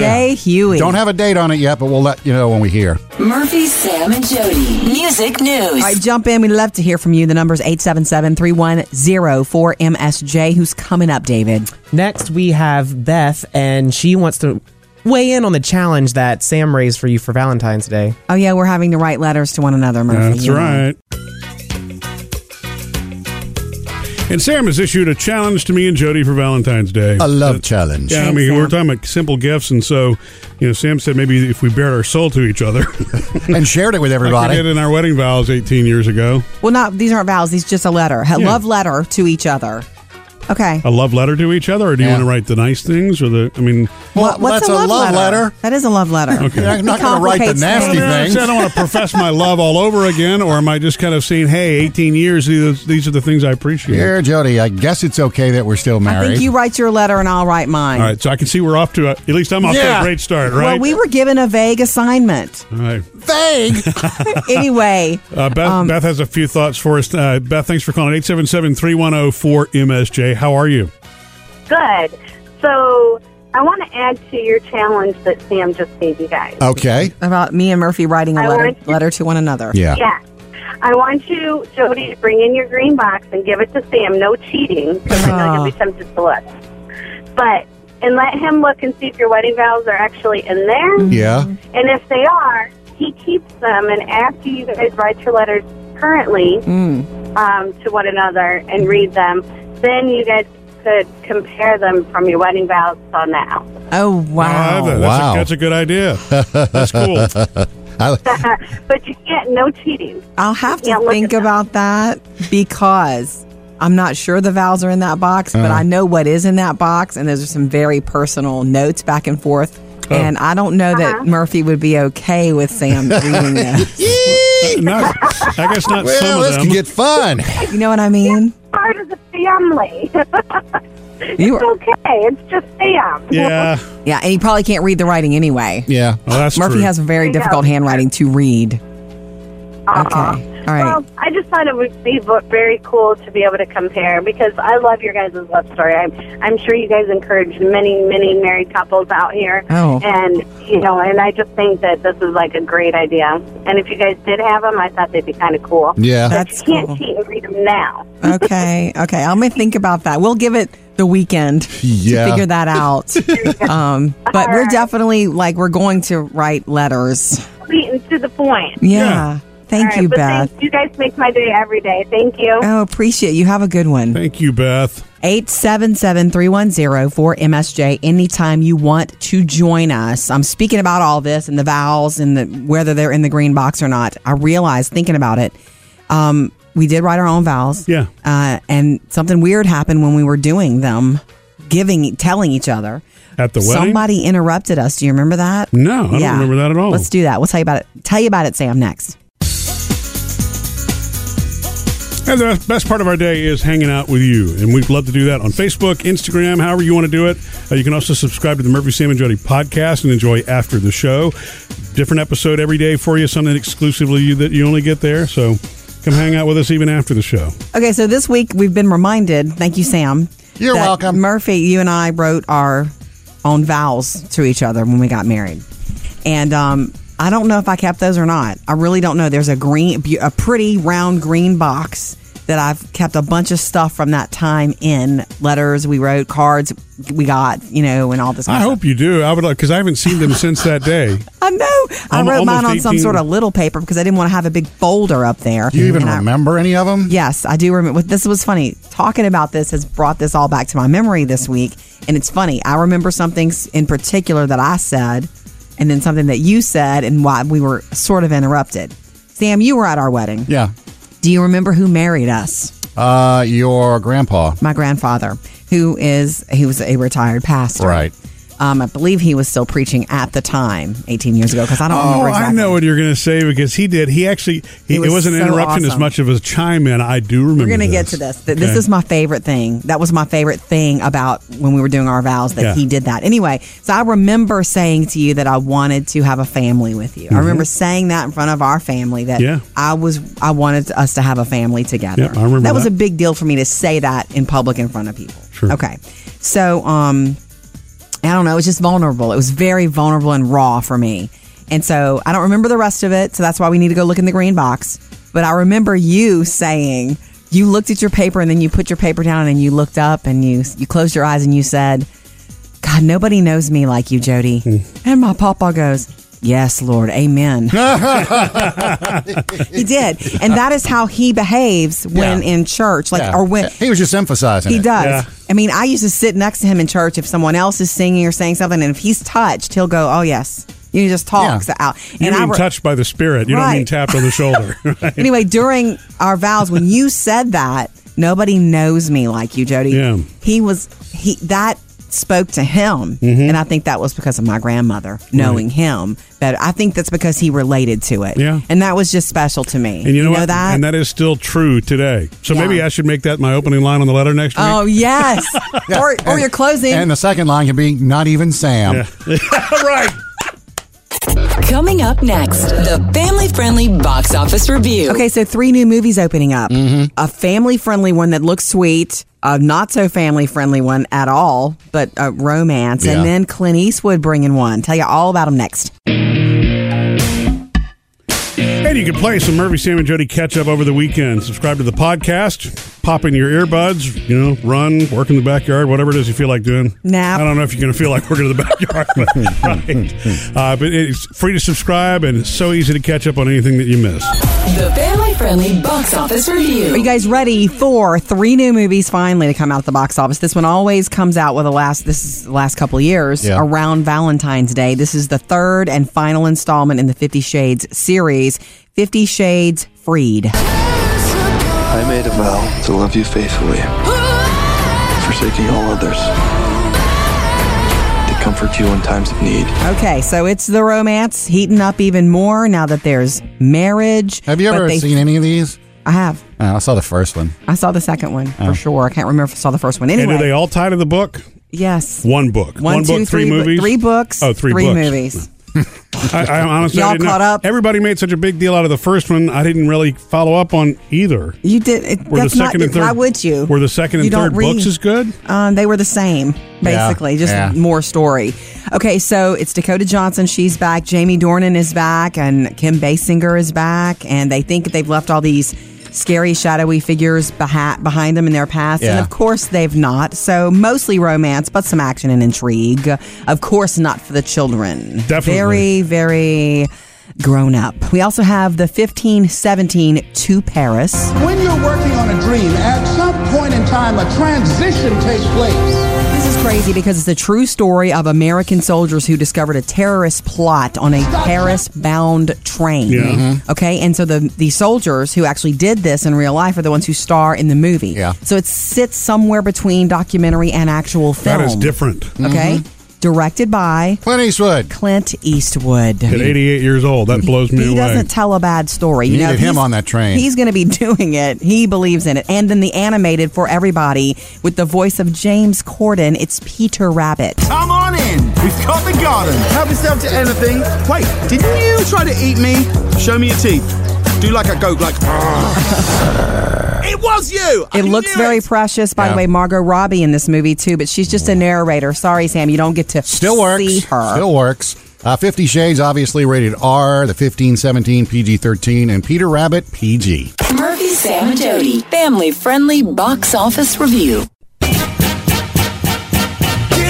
Speaker 4: that.
Speaker 2: yeah.
Speaker 3: Huey.
Speaker 4: Don't have a date on it yet, but we'll let you know when we hear.
Speaker 5: Murphy, Sam, and Jody. Music
Speaker 3: All
Speaker 5: news.
Speaker 3: right, jump in. We'd love to hear from you. The number's 877-310-4MSJ. Who's coming up, David?
Speaker 9: Next, we have Beth, and she wants to weigh in on the challenge that Sam raised for you for Valentine's Day.
Speaker 3: Oh, yeah, we're having to write letters to one another, Murphy.
Speaker 2: That's
Speaker 3: You know.
Speaker 2: right. And Sam has issued a challenge to me and Jody for Valentine's Day.
Speaker 4: A love challenge.
Speaker 2: Yeah, I
Speaker 4: Thanks,
Speaker 2: mean, we were
Speaker 4: Sam.
Speaker 2: talking about simple gifts, and so, you know, Sam said maybe if we bared our soul to each other
Speaker 4: and shared it with
Speaker 2: like we
Speaker 4: everybody.
Speaker 2: did in our wedding vows 18 years ago,
Speaker 3: Well, not these aren't vows. These just a letter. A
Speaker 2: Yeah.
Speaker 3: love letter to each other. Okay.
Speaker 2: a love letter to each other, or do you
Speaker 4: Yeah.
Speaker 2: want to write the nice things or the? I mean,
Speaker 3: What- what's
Speaker 4: that's a love letter.
Speaker 3: That is a love letter.
Speaker 2: Okay.
Speaker 4: You're not going to write the
Speaker 3: Complicates
Speaker 4: nasty
Speaker 2: I mean,
Speaker 4: things.
Speaker 2: honestly, I don't want to profess my love all over again, or am I just kind of saying, "Hey, 18 years, these these are the things I appreciate."
Speaker 4: Here, Jody, I guess it's okay that we're still
Speaker 3: I
Speaker 4: married.
Speaker 3: think you write your letter and I'll write mine.
Speaker 2: All right, so I can see we're off to a, at least I'm off to
Speaker 4: Yeah.
Speaker 2: a great start, right?
Speaker 3: Well, we were given a vague assignment.
Speaker 2: all right.
Speaker 4: Vague.
Speaker 3: anyway,
Speaker 2: Uh, Beth,
Speaker 3: Um,
Speaker 2: Beth has a few thoughts for us. Uh, Beth, thanks for calling 877-310-4MSJ. How are you?
Speaker 10: Good. So I want to add to your challenge that Sam just gave you guys.
Speaker 4: Okay.
Speaker 3: about me and Murphy writing a
Speaker 10: I
Speaker 3: letter
Speaker 10: want-
Speaker 3: letter to one another.
Speaker 10: Yeah. I want you, Jody, to bring in your green box and give it to Sam. No cheating, because I know you'll be tempted to look. But and let him look and see if your wedding vows are actually in there.
Speaker 4: Yeah.
Speaker 10: And if they are, he keeps them. And after you guys write your letters currently
Speaker 3: Hmm.
Speaker 10: um, to one another and read them, then you guys could compare them from your wedding vows till now.
Speaker 3: Oh
Speaker 2: Wow. That's,
Speaker 4: Wow.
Speaker 2: A, that's a good idea. That's cool.
Speaker 4: I-
Speaker 10: but you can't. No cheating.
Speaker 3: I'll have
Speaker 10: Yeah,
Speaker 3: to
Speaker 10: look
Speaker 3: think about that because I'm not sure the vows are in that box, but
Speaker 4: Uh-huh.
Speaker 3: I know what is in that box, and those are some very personal notes back and forth.
Speaker 2: Oh.
Speaker 3: And I don't know
Speaker 10: Uh-huh.
Speaker 3: that Murphy would be okay with Sam reading this.
Speaker 2: Not- I guess not
Speaker 4: Well,
Speaker 2: some of
Speaker 4: this
Speaker 2: them.
Speaker 4: could get fun.
Speaker 3: You know what I mean?
Speaker 10: Part of the family. it's
Speaker 3: You are-
Speaker 10: okay. It's just Sam.
Speaker 2: yeah.
Speaker 3: Yeah, and he probably can't read the writing anyway.
Speaker 4: Yeah.
Speaker 2: Well, that's
Speaker 3: Murphy
Speaker 2: true.
Speaker 3: has very
Speaker 10: Yeah.
Speaker 3: difficult handwriting to read.
Speaker 10: Uh-uh.
Speaker 3: Okay. All right.
Speaker 10: Well, I just thought it would be v- very cool to be able to compare because I love your guys' love story. I'm, I'm sure you guys encourage many, many married couples out here.
Speaker 3: Oh.
Speaker 10: And, you know, and I just think that this is like a great idea. And if you guys did have them, I thought they'd be kind of cool.
Speaker 4: Yeah.
Speaker 10: But
Speaker 3: That's
Speaker 10: you can't
Speaker 3: cool.
Speaker 10: cheat and read them now.
Speaker 3: okay. Okay. I'm going to think about that. We'll give it the weekend
Speaker 4: Yeah.
Speaker 3: to figure that out. um, but we're definitely like, we're going to write letters.
Speaker 10: Sweet and to the point.
Speaker 3: Yeah.
Speaker 2: Yeah.
Speaker 3: Thank
Speaker 10: All right,
Speaker 3: you,
Speaker 10: but
Speaker 3: Beth.
Speaker 10: thanks. you guys make my day every day. Thank you.
Speaker 3: Oh, appreciate you. Have a good one.
Speaker 2: Thank you, Beth.
Speaker 3: 877 310 4MSJ. Anytime you want to join us. I'm speaking about all this and the vowels and the, whether they're in the green box or not. I realized thinking about it, um, we did write our own vowels.
Speaker 2: Yeah.
Speaker 3: Uh, and something weird happened when we were doing them, giving, telling each other.
Speaker 2: At the wedding?
Speaker 3: Somebody interrupted us. Do you remember that?
Speaker 2: No, I don't remember that at all.
Speaker 3: Let's do that. We'll tell you about it. Tell you about it, Sam, next.
Speaker 2: And the best part of our day is hanging out with you. And we'd love to do that on Facebook, Instagram, however you want to do it. Uh, you can also subscribe to the Murphy, Sam, and Jody podcast and enjoy after the show. Different episode every day for you, something exclusively you, that you only get there. So come hang out with us even after the show.
Speaker 3: Okay, so this week we've been reminded. Thank you, Sam.
Speaker 4: You're
Speaker 3: that
Speaker 4: welcome.
Speaker 3: Murphy. You and I wrote our own vows to each other when we got married, and um, I don't know if I kept those or not. I really don't know. There's a green, bu- a pretty round green box that I've kept a bunch of stuff from that time in letters we wrote, cards we got, you know, and all this. Kind
Speaker 2: I
Speaker 3: of
Speaker 2: hope you do. I would like, because I haven't seen them since that day.
Speaker 3: stuff. I know. I
Speaker 2: Almo-
Speaker 3: wrote mine
Speaker 2: almost
Speaker 3: on some
Speaker 2: 18.
Speaker 3: sort of little paper because I didn't want to have a big folder up there.
Speaker 4: Do you even
Speaker 3: And I-
Speaker 4: remember any of them?
Speaker 3: Yes, I do remember. This was funny. Talking about this has brought this all back to my memory this week. And it's funny. I remember something s- in particular that I said, and then something that you said, and why we were sort of interrupted. Sam, you were at our wedding.
Speaker 4: Yeah.
Speaker 3: Do you remember who married us?
Speaker 4: Uh, your grandpa.
Speaker 3: My grandfather, who is he was a retired pastor.
Speaker 4: Right.
Speaker 3: Um, I believe he was still preaching at the time, 18 years ago, because I don't
Speaker 2: oh,
Speaker 3: remember
Speaker 2: I
Speaker 3: exactly.
Speaker 2: know what you're going to say because he did. He actually,
Speaker 3: It
Speaker 2: he, it,
Speaker 3: was
Speaker 2: was not
Speaker 3: so
Speaker 2: interruption as
Speaker 3: awesome.
Speaker 2: much of a chime in. I do remember.
Speaker 3: We're going to
Speaker 2: this.
Speaker 3: get to this. Th- This
Speaker 2: Okay.
Speaker 3: is my favorite thing. That was my favorite thing about when we were doing our vows that
Speaker 2: Yeah.
Speaker 3: he did that. Anyway, so I remember saying to you that I wanted to have a family with you. I remember
Speaker 2: Mhm.
Speaker 3: saying that in front of our family that
Speaker 2: Yeah.
Speaker 3: I was I wanted us to have a family together.
Speaker 2: Yep, I remember
Speaker 3: that was
Speaker 2: that.
Speaker 3: a big deal for me to say that in public in front of people.
Speaker 2: Sure.
Speaker 3: Okay. So um I don't know. It was just vulnerable. It was very vulnerable and raw for me. And so I don't remember the rest of it. So that's why we need to go look in the green box. But I remember you saying you looked at your paper and then you put your paper down and you looked up and you you closed your eyes and you said, "God, nobody knows me like you, Jody."
Speaker 4: Hmm.
Speaker 3: And my papa goes, "Yes, Lord, Amen." he did, and that is how he behaves when
Speaker 4: Yeah.
Speaker 3: in church, like
Speaker 4: Yeah.
Speaker 3: or when
Speaker 4: he was just emphasizing.
Speaker 3: he
Speaker 4: it.
Speaker 3: does. I mean, I used to sit next to him in church if someone else is singing or saying something, and if he's touched, he'll go, "Oh yes." You just talks out.
Speaker 2: You
Speaker 3: and I
Speaker 2: mean
Speaker 3: re-
Speaker 2: touched by the spirit. You don't mean
Speaker 3: Right.
Speaker 2: tapped on the shoulder. Right?
Speaker 3: Anyway, during our vows, when you said that, nobody knows me like you, Jody.
Speaker 2: Yeah.
Speaker 3: He was he that spoke to him,
Speaker 2: Mm-hmm.
Speaker 3: and I think that was because of my grandmother knowing him. But I think that's because he related to it.
Speaker 2: Yeah.
Speaker 3: and that was just special to me.
Speaker 2: And you know, what?
Speaker 3: that.
Speaker 2: And that is still true today. So
Speaker 3: Yeah.
Speaker 2: maybe I should make that my opening line on the letter next week.
Speaker 3: Oh yes, or or your closing.
Speaker 4: And the second line can be not even Sam.
Speaker 2: right.
Speaker 5: Coming up next, the family friendly box office review.
Speaker 3: Okay, so three new movies opening up. A family-friendly one that looks sweet, a not so family-friendly one at all, but a romance,
Speaker 2: Yeah.
Speaker 3: and then Clint Eastwood bringing one. Tell you all about him next.
Speaker 2: And you can play some Murphy, Sam, and Jody catch up over the weekend. Subscribe to the podcast, pop in your earbuds, you know, run, work in the backyard, whatever it is you feel like doing.
Speaker 3: Nap.
Speaker 2: I don't know if you're going to feel like working in the backyard, but, right. uh, but it's free to subscribe and it's so easy to catch up on anything that you missed.
Speaker 5: The family friendly box office
Speaker 3: Are you
Speaker 5: review.
Speaker 3: guys ready for three new movies finally to come out at the box office? This one always comes out with the last this is the last couple of years
Speaker 5: Yeah.
Speaker 3: around Valentine's Day. This is the third and final installment in the 50 Shades series, 50 Shades Freed.
Speaker 6: I made a vow to love you faithfully, forsaking all others, to comfort you in times of need.
Speaker 3: Okay, so it's the romance heating up even more now that there's marriage.
Speaker 4: Have you
Speaker 3: But
Speaker 4: ever
Speaker 3: they-
Speaker 4: seen any of these?
Speaker 3: I have.
Speaker 4: Oh, I saw the first one.
Speaker 3: I saw the second one
Speaker 4: Oh.
Speaker 3: for sure. I can't remember if I saw the first one. Anyway,
Speaker 2: And are they all tied to the book?
Speaker 3: yes,
Speaker 2: One book. One,
Speaker 3: One, two,
Speaker 2: book, three,
Speaker 3: three bo-
Speaker 2: movies?
Speaker 3: three books,
Speaker 2: Oh, three
Speaker 3: three
Speaker 2: books.
Speaker 3: movies.
Speaker 2: I, I honestly
Speaker 3: Y'all
Speaker 2: I didn't know.
Speaker 3: caught up?
Speaker 2: Everybody made such a big deal out of the first one. I didn't really follow up on either.
Speaker 3: you did. It,
Speaker 2: Were
Speaker 3: that's
Speaker 2: the second
Speaker 3: not.
Speaker 2: and third?
Speaker 3: why would you?
Speaker 2: Were the second and
Speaker 3: You don't
Speaker 2: third books
Speaker 3: read.
Speaker 2: as good?
Speaker 3: Um, they were the same,
Speaker 2: Yeah,
Speaker 3: basically, just
Speaker 2: yeah.
Speaker 3: more story. Okay, so it's Dakota Johnson. She's back. Jamie Dornan is back, and Kim Basinger is back. And they think they've left all these scary, shadowy figures beha- behind them in their past. And
Speaker 5: Yeah.
Speaker 3: of course, they've not. So mostly romance, but some action and intrigue. Of course, not for the children.
Speaker 5: Definitely.
Speaker 3: Very, very grown up. We also have the 1517 to Paris.
Speaker 7: When you're working on a dream, at some point in time, a transition takes place.
Speaker 3: This is crazy because it's a true story of American soldiers who discovered a terrorist plot on a Paris bound train.
Speaker 5: Yeah. Mhm.
Speaker 3: Okay. And so the, the soldiers who actually did this in real life are the ones who star in the movie. Yeah. So it sits somewhere between documentary and actual film.
Speaker 2: That is different.
Speaker 3: Okay. Directed by
Speaker 4: Clint Eastwood.
Speaker 3: Clint Eastwood.
Speaker 2: At 88 years old, that blows me
Speaker 3: He
Speaker 2: away.
Speaker 3: doesn't tell a bad story. You
Speaker 4: Needed
Speaker 3: know,
Speaker 4: him
Speaker 3: he's-
Speaker 4: on that train.
Speaker 3: He's going to be doing it. He believes in it. And then the animated for everybody with the voice of James Corden. It's Peter Rabbit.
Speaker 4: Oh,
Speaker 8: Come on in. We've got the garden. Help yourself to anything. Wait, didn't you try to eat me? Show me your teeth. Do like a goat, like. it was you.
Speaker 3: It looks very precious, by
Speaker 8: Yeah.
Speaker 3: the way. Margot Robbie in this movie too, but she's just a narrator. Sorry, Sam, you don't get to
Speaker 4: Still works.
Speaker 3: see her.
Speaker 4: Still works. Uh, Fifty Shades, obviously rated R, the 15, 17, PG 13, and Peter Rabbit, PG.
Speaker 5: Murphy, Sam, and Jody. Family friendly box office review.
Speaker 1: Get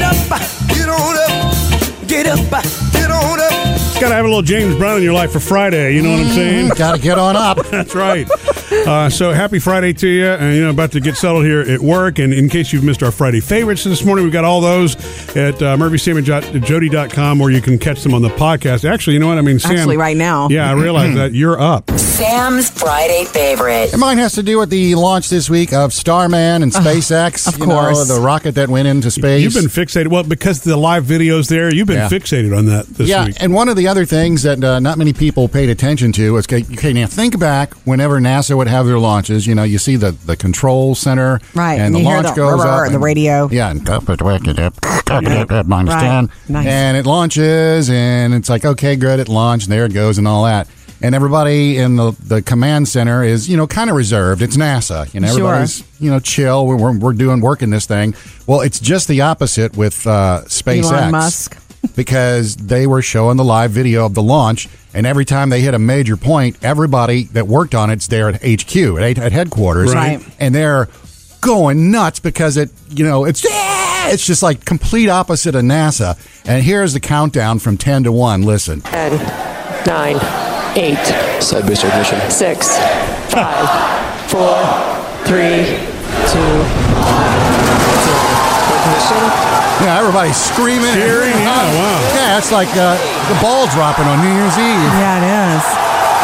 Speaker 1: up, get on up, get up, get on up.
Speaker 2: Got to have a little James Brown in your life for Friday. You know what I'm saying?
Speaker 4: Got to get on up.
Speaker 2: That's right. Uh, so happy Friday to you. And, you know, about to get settled here at work. And in case you've missed our Friday favorites this morning, we've got all those at uh, murphysamandjody.com or you can catch them on the podcast. Actually, you know what? I mean, Sam.
Speaker 3: Actually, right now.
Speaker 2: Yeah, I realize that. You're up.
Speaker 5: Sam's Friday favorite.
Speaker 4: And mine has to do with the launch this week of Starman and SpaceX.
Speaker 3: of
Speaker 4: you know,
Speaker 3: course.
Speaker 4: the rocket that went into space.
Speaker 2: You've been fixated. Well, because the live video's there, you've been
Speaker 4: Yeah.
Speaker 2: fixated on that this
Speaker 4: yeah,
Speaker 2: week.
Speaker 4: and one of the other things that uh, not many people paid attention to is okay, okay, now think back whenever NASA would have their launches. You know, you see the, the control center,
Speaker 3: Right,
Speaker 4: And
Speaker 3: and
Speaker 4: the
Speaker 3: you hear
Speaker 4: launch
Speaker 3: the
Speaker 4: goes
Speaker 3: rrr,
Speaker 4: up,
Speaker 3: the radio.
Speaker 4: yeah, and up, up, up, up, up, up, minus
Speaker 3: Right.
Speaker 4: 10.
Speaker 3: Nice.
Speaker 4: and it launches, and it's like okay, good, it launched, and there it goes, and all that. And everybody in the, the command center is, you know, kind of reserved. It's NASA. You know,
Speaker 3: Sure.
Speaker 4: everybody's, you know, chill. We're, we're, we're doing work in this thing. Well, it's just the opposite with uh, SpaceX
Speaker 3: Elon Musk.
Speaker 4: because they were showing the live video of the launch. And every time they hit a major point, everybody that worked on it's there at HQ at, at headquarters,
Speaker 3: Right.
Speaker 4: And they're going nuts because it, you know, it's "Yeah!" it's just like complete opposite of NASA. And here's the countdown from ten to one. Listen,
Speaker 14: 10, 9, 8,
Speaker 12: Side booster ignition.
Speaker 14: 6, 5, 4, 3, 2,
Speaker 4: yeah, everybody's screaming,
Speaker 2: Cheering, yeah, wow.
Speaker 4: yeah, it's like uh, the ball dropping on New Year's Eve.
Speaker 3: Yeah, it is.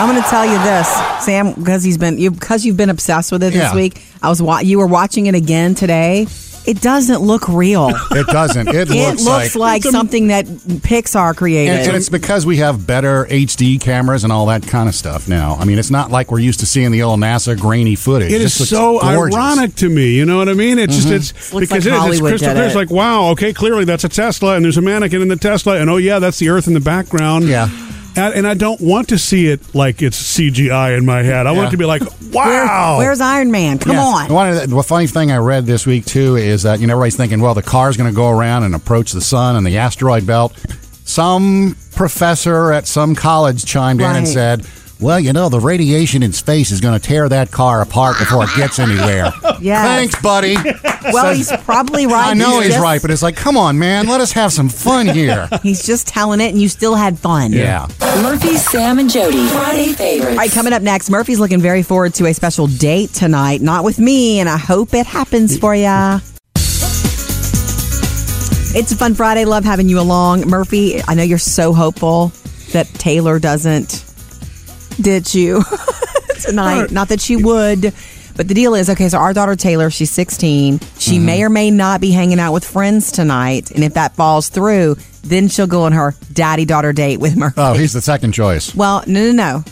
Speaker 3: I'm going to tell you this, Sam, because he's been you because you've been obsessed with it this
Speaker 4: Yeah.
Speaker 3: week. I was wa- you were watching it again today. It doesn't look real.
Speaker 4: It doesn't. It,
Speaker 3: it looks, like, something that Pixar created.
Speaker 4: And, and it's because we have better HD cameras and all that kind of stuff now. I mean, it's not like we're used to seeing the old NASA grainy footage.
Speaker 2: It is
Speaker 4: This looks
Speaker 2: so
Speaker 4: gorgeous.
Speaker 2: ironic to me. You know what I mean? It's just it's
Speaker 3: Looks
Speaker 2: because
Speaker 3: like
Speaker 2: it is. It's
Speaker 3: Hollywood
Speaker 2: crystal
Speaker 3: did
Speaker 2: clear. It's
Speaker 3: it.
Speaker 2: like wow, okay, clearly that's a Tesla, and there's a mannequin in the Tesla, and oh yeah, that's the Earth in the background.
Speaker 4: Yeah.
Speaker 2: And and I don't want to see it like it's CGI in my head. I want
Speaker 4: Yeah.
Speaker 2: it to be like,
Speaker 3: Where-
Speaker 2: wow.
Speaker 3: where's Iron Man? Come
Speaker 4: Yeah.
Speaker 3: on.
Speaker 4: One of the, the funny thing I read this week too is that you know everybody's thinking, well, the car's going to go around and approach the sun and the asteroid belt. Some professor at some college chimed in and
Speaker 3: Right.
Speaker 4: said, "Well, you know, the radiation in space is going to tear that car apart before it gets anywhere."
Speaker 3: Yes.
Speaker 4: Thanks, buddy.
Speaker 3: Well, he's probably right.
Speaker 4: I know he's
Speaker 3: just-
Speaker 4: right, but it's like, come on, man, let us have some fun here.
Speaker 3: He's just telling it, and you still had fun.
Speaker 4: Yeah.
Speaker 5: Murphy, Sam, and Jody. Friday
Speaker 3: All
Speaker 5: favorites.
Speaker 3: right, coming up next, Murphy's looking very forward to a special date tonight. Not with me, and I hope it happens for ya. It's a fun Friday. Love having you along. Murphy, I know you're so hopeful that Taylor doesn't ditch you tonight. Not that she would. But the deal is okay, so our daughter Taylor, she's 16. She may or may not be hanging out with friends tonight. And if that falls through, then she'll go on her daddy daughter date with Murphy.
Speaker 4: Oh, he's the second choice.
Speaker 3: Well, no, no, no.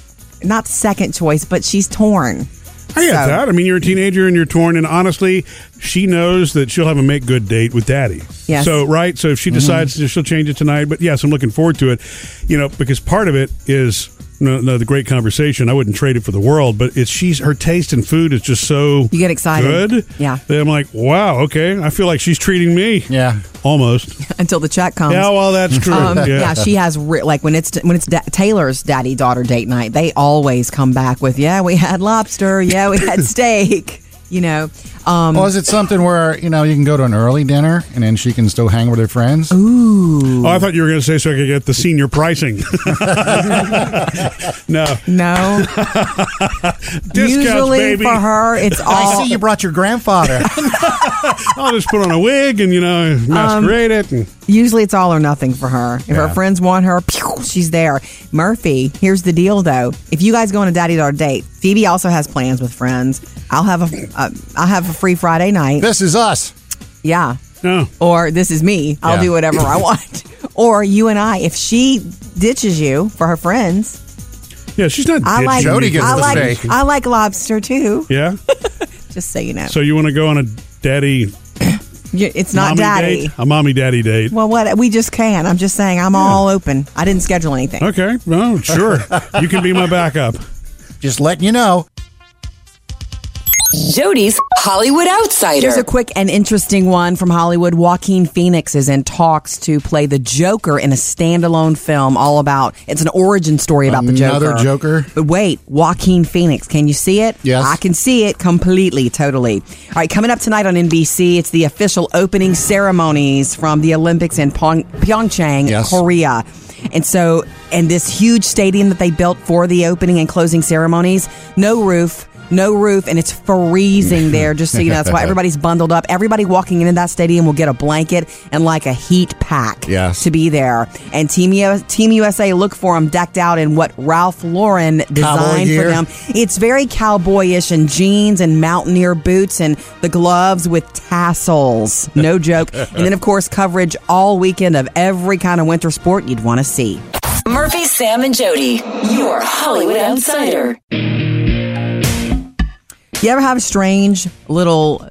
Speaker 3: Not second choice, but she's torn.
Speaker 2: I get
Speaker 3: So-
Speaker 2: that. I mean, you're a teenager and you're torn, and honestly, she knows that she'll have a make good date with daddy.
Speaker 3: Yes. Mm-hmm.
Speaker 2: So right. So if she decides that she'll change it tonight, but yes, I'm looking forward to it. You know, because part of it is no, no, the great conversation. I wouldn't trade it for the world, but it's she's her taste in food is just so
Speaker 3: You get excited.
Speaker 2: good.
Speaker 3: Yeah.
Speaker 2: That I'm like, wow, okay. I feel like she's treating me.
Speaker 4: Yeah.
Speaker 2: Almost.
Speaker 3: Until the check comes.
Speaker 2: yeah. Well, that's true.
Speaker 3: Um, yeah. she has re- like when it's when it's da- Taylor's daddy daughter date night. They always come back with yeah, we had lobster, yeah, we had steak. You know, um,
Speaker 4: Well, is it something where you know you can go to an early dinner and then she can still hang with her friends?
Speaker 2: Oh, I thought you were going to say so I could get the senior pricing. no.
Speaker 3: no.
Speaker 2: Discounts,
Speaker 3: Usually
Speaker 2: baby.
Speaker 3: for her, it's all
Speaker 4: Oh, I see you brought your grandfather.
Speaker 2: I'll just put on a wig and you know
Speaker 3: Um,
Speaker 2: masquerade it. And
Speaker 3: usually it's all or nothing for her. If her
Speaker 4: Yeah.
Speaker 3: friends want her, pew, she's there. Murphy, here's the deal though. If you guys go on a daddy daughter date, Phoebe also has plans with friends. I'll have a uh, I'll have a free Friday night.
Speaker 4: this is us.
Speaker 3: Yeah.
Speaker 2: no,
Speaker 3: Or this is me. I'll
Speaker 4: Yeah.
Speaker 3: do whatever I want. Or you and I. If she ditches you for her friends,
Speaker 2: yeah, she's not.
Speaker 3: I
Speaker 2: ditching
Speaker 3: like
Speaker 4: Jody
Speaker 2: you
Speaker 4: gets
Speaker 3: I
Speaker 2: for
Speaker 4: the
Speaker 2: that.
Speaker 3: like
Speaker 4: steak.
Speaker 3: I like lobster too.
Speaker 2: Yeah.
Speaker 3: Just so you know,
Speaker 2: So you want to go on a daddy?
Speaker 3: You- it's not
Speaker 2: mommy
Speaker 3: daddy.
Speaker 2: Date? A mommy daddy date.
Speaker 3: Well, what we just can. I'm just saying. I'm all open. I didn't schedule anything.
Speaker 2: Okay. Well, sure. you can be my backup.
Speaker 4: Just letting you know.
Speaker 5: Jody's Hollywood Outsider.
Speaker 3: Here's a quick and interesting one from Hollywood. Joaquin Phoenix is in talks to play the Joker in a standalone film all about it's an origin story about
Speaker 4: Another
Speaker 3: the Joker.
Speaker 4: Joker?
Speaker 3: But wait, Joaquin Phoenix, can you see it?
Speaker 4: Yes.
Speaker 3: I can see it completely, totally. All right, coming up tonight on NBC, it's the official opening ceremonies from the Olympics in Pong- Pyeongchang,
Speaker 4: Yes.
Speaker 3: Korea. And so, and this huge stadium that they built for the opening and closing ceremonies, no roof, no roof, and it's freezing there. Just so you know, that's why everybody's bundled up. Everybody walking into that stadium will get a blanket and like a heat pack
Speaker 4: Yes.
Speaker 3: to be there. And Team, US, Team USA, look for them decked out in what Ralph Lauren designed for
Speaker 4: gear.
Speaker 3: them. It's very cowboyish and jeans and mountaineer boots and the gloves with tassels. No joke. and then, of course, coverage all weekend of every kind of winter sport you'd want to see.
Speaker 5: Murphy, Sam, and Jody, your Hollywood Outsider.
Speaker 3: You ever have a strange little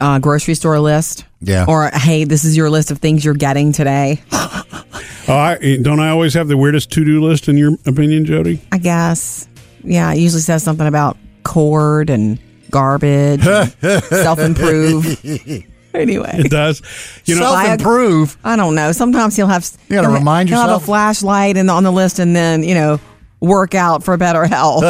Speaker 3: uh, grocery store list?
Speaker 2: Yeah.
Speaker 3: Or, hey, this is your list of things you're getting today?
Speaker 2: Oh, I, don't I always have the weirdest to do list in your opinion, Jody?
Speaker 3: I guess. Yeah, it usually says something about cord and garbage, self improve. anyway,
Speaker 2: it does. You know,
Speaker 3: self-improve. I don't know. Sometimes he'll have you
Speaker 4: gotta remind
Speaker 3: He'll have a
Speaker 4: yourself.
Speaker 3: flashlight and on the list, and then you know, work out for better health.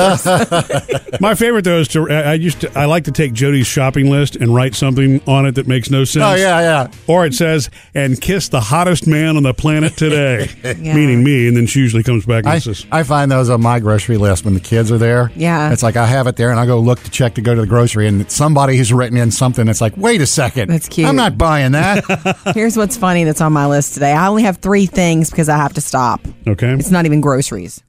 Speaker 2: My favorite though is to I I used to I like to take Jody's shopping list and write something on it that makes no sense.
Speaker 4: Oh, yeah, yeah.
Speaker 2: Or it says and kiss the hottest man on the planet today,
Speaker 4: Yeah.
Speaker 2: meaning me, and then she usually comes back and
Speaker 4: I,
Speaker 2: says,
Speaker 4: I find those on my grocery list when the kids are there.
Speaker 3: Yeah.
Speaker 4: It's like I have it there and I go look to check to go to the grocery and it's somebody who's written in something that's like, wait a second. That's
Speaker 3: cute.
Speaker 4: I'm not buying that.
Speaker 3: Here's what's funny that's on my list today. I only have three things because I have to stop.
Speaker 2: "Okay,
Speaker 3: It's not even groceries.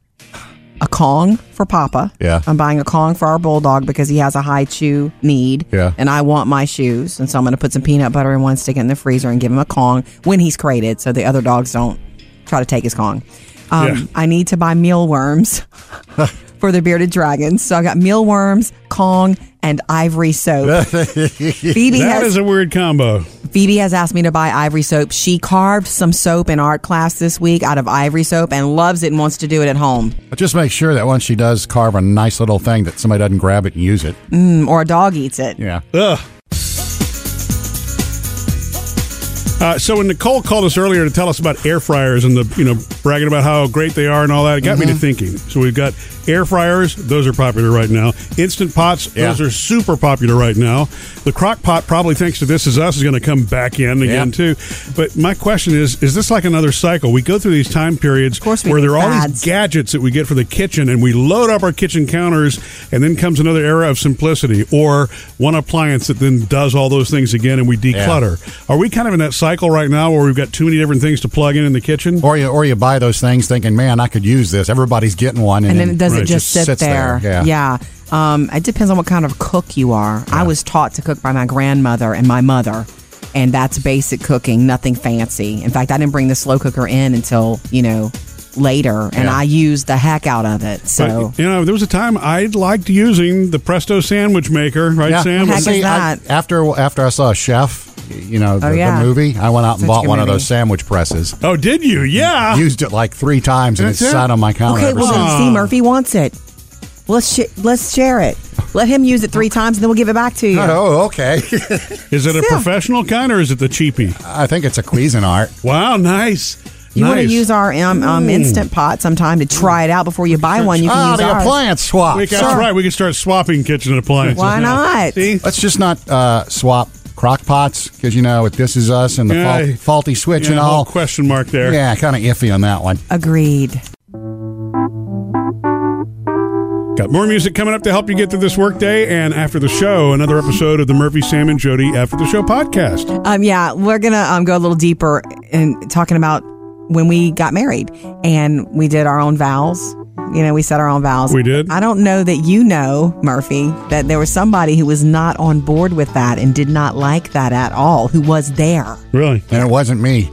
Speaker 3: A Kong for Papa.
Speaker 4: Yeah.
Speaker 3: I'm buying a Kong for our bulldog because he has a high chew need.
Speaker 4: Yeah.
Speaker 3: And I want my shoes. And so I'm going to put some peanut butter in one, stick it in the freezer, and give him a Kong when he's crated so the other dogs don't try to take his Kong. Um,
Speaker 15: Yeah.
Speaker 3: I need to buy mealworms for the bearded dragons. So I got mealworms, Kong, and ivory soap.
Speaker 2: Phoebe that
Speaker 3: has-
Speaker 2: is a weird combo."
Speaker 3: Phoebe has asked me to buy ivory soap. She carved some soap in art class this week out of ivory soap and loves it and wants to do it at home.
Speaker 4: but just make sure that once she does carve a nice little thing that somebody doesn't grab it and use it.
Speaker 3: Mm, or a dog eats it.
Speaker 4: Yeah.
Speaker 2: Ugh. Uh, so when Nicole called us earlier to tell us about air fryers and the you know bragging about how great they are and all that, it got me
Speaker 3: Mm-hmm.
Speaker 2: to thinking. So we've got air fryers; those are popular right now. Instant pots;
Speaker 4: Yeah.
Speaker 2: those are super popular right now. The crock pot, probably thanks to This Is Us, is going to come back in again too. But my question is: Is this like another cycle? We go through these time periods
Speaker 3: we
Speaker 2: where
Speaker 3: do
Speaker 2: there are all
Speaker 3: fads.
Speaker 2: these gadgets that we get for the kitchen and we load up our kitchen counters and then comes another era of simplicity or one appliance that then does all those things again and we declutter are we kind of in that cycle right now where we've got too many different things to plug in in the kitchen
Speaker 4: Or you, or you buy those things thinking, man, I could use this. Everybody's getting one. And,
Speaker 3: And then it doesn't just, sit
Speaker 4: sits
Speaker 3: there.
Speaker 4: Yeah.
Speaker 3: Yeah. Um, it depends on what kind of cook you are. I was taught to cook by my grandmother and my mother, and that's basic cooking, nothing fancy. In fact, I didn't bring the slow cooker in until, you know, later, and
Speaker 2: Yeah.
Speaker 3: I used the heck out of it. So.
Speaker 2: But, you know, there was a time I liked using the Presto sandwich maker, right,
Speaker 4: Yeah.
Speaker 2: Sam?
Speaker 4: Well, see, I- after after I saw Chef, you know, the,
Speaker 2: Oh,
Speaker 4: the
Speaker 2: yeah.
Speaker 4: movie, I went out and
Speaker 2: Such a
Speaker 4: bought
Speaker 2: good
Speaker 4: one of
Speaker 2: movie.
Speaker 4: those sandwich presses.
Speaker 2: Oh, did you? Yeah.
Speaker 4: Used it like three times and
Speaker 2: Ah. That's
Speaker 4: it's
Speaker 2: it.
Speaker 4: sat on my counter
Speaker 3: Okay,
Speaker 4: ever
Speaker 3: well,
Speaker 4: since.
Speaker 3: then see, Murphy wants it. Let's sh- let's share it. Let him use it three times, and then we'll give it back to you.
Speaker 4: Oh, okay.
Speaker 2: is it a professional kind or is it the cheapie?
Speaker 4: I think it's a Cuisinart.
Speaker 2: Wow, nice.
Speaker 3: You want to
Speaker 2: Nice.
Speaker 3: use our um, um,
Speaker 2: Mm.
Speaker 3: instant pot sometime to try it out before you buy one. You can
Speaker 4: Ah,
Speaker 3: use
Speaker 4: the
Speaker 3: ours.
Speaker 4: appliance swap.
Speaker 2: We, that's
Speaker 4: Sure.
Speaker 2: right. We can start swapping kitchen appliances.
Speaker 3: Why
Speaker 2: now.
Speaker 3: not?
Speaker 4: Let's just not uh, swap crock pots because, you know, with This Is Us and the
Speaker 2: Yeah.
Speaker 4: fault, faulty switch
Speaker 2: Yeah,
Speaker 4: and
Speaker 2: whole
Speaker 4: all.
Speaker 2: question mark there.
Speaker 4: Yeah, kind of iffy on that one.
Speaker 3: Agreed.
Speaker 2: Got more music coming up to help you get through this workday, and after the show, another episode of the Murphy, Sam, and Jody After the Show podcast.
Speaker 3: Um, yeah, we're gonna um, go a little deeper in talking about when we got married and we did our own vows. You know, we said our own vows.
Speaker 2: We did.
Speaker 3: I don't know that you know, Murphy, that there was somebody who was not on board with that and did not like that at all, who was there.
Speaker 2: Really?
Speaker 4: And it wasn't me.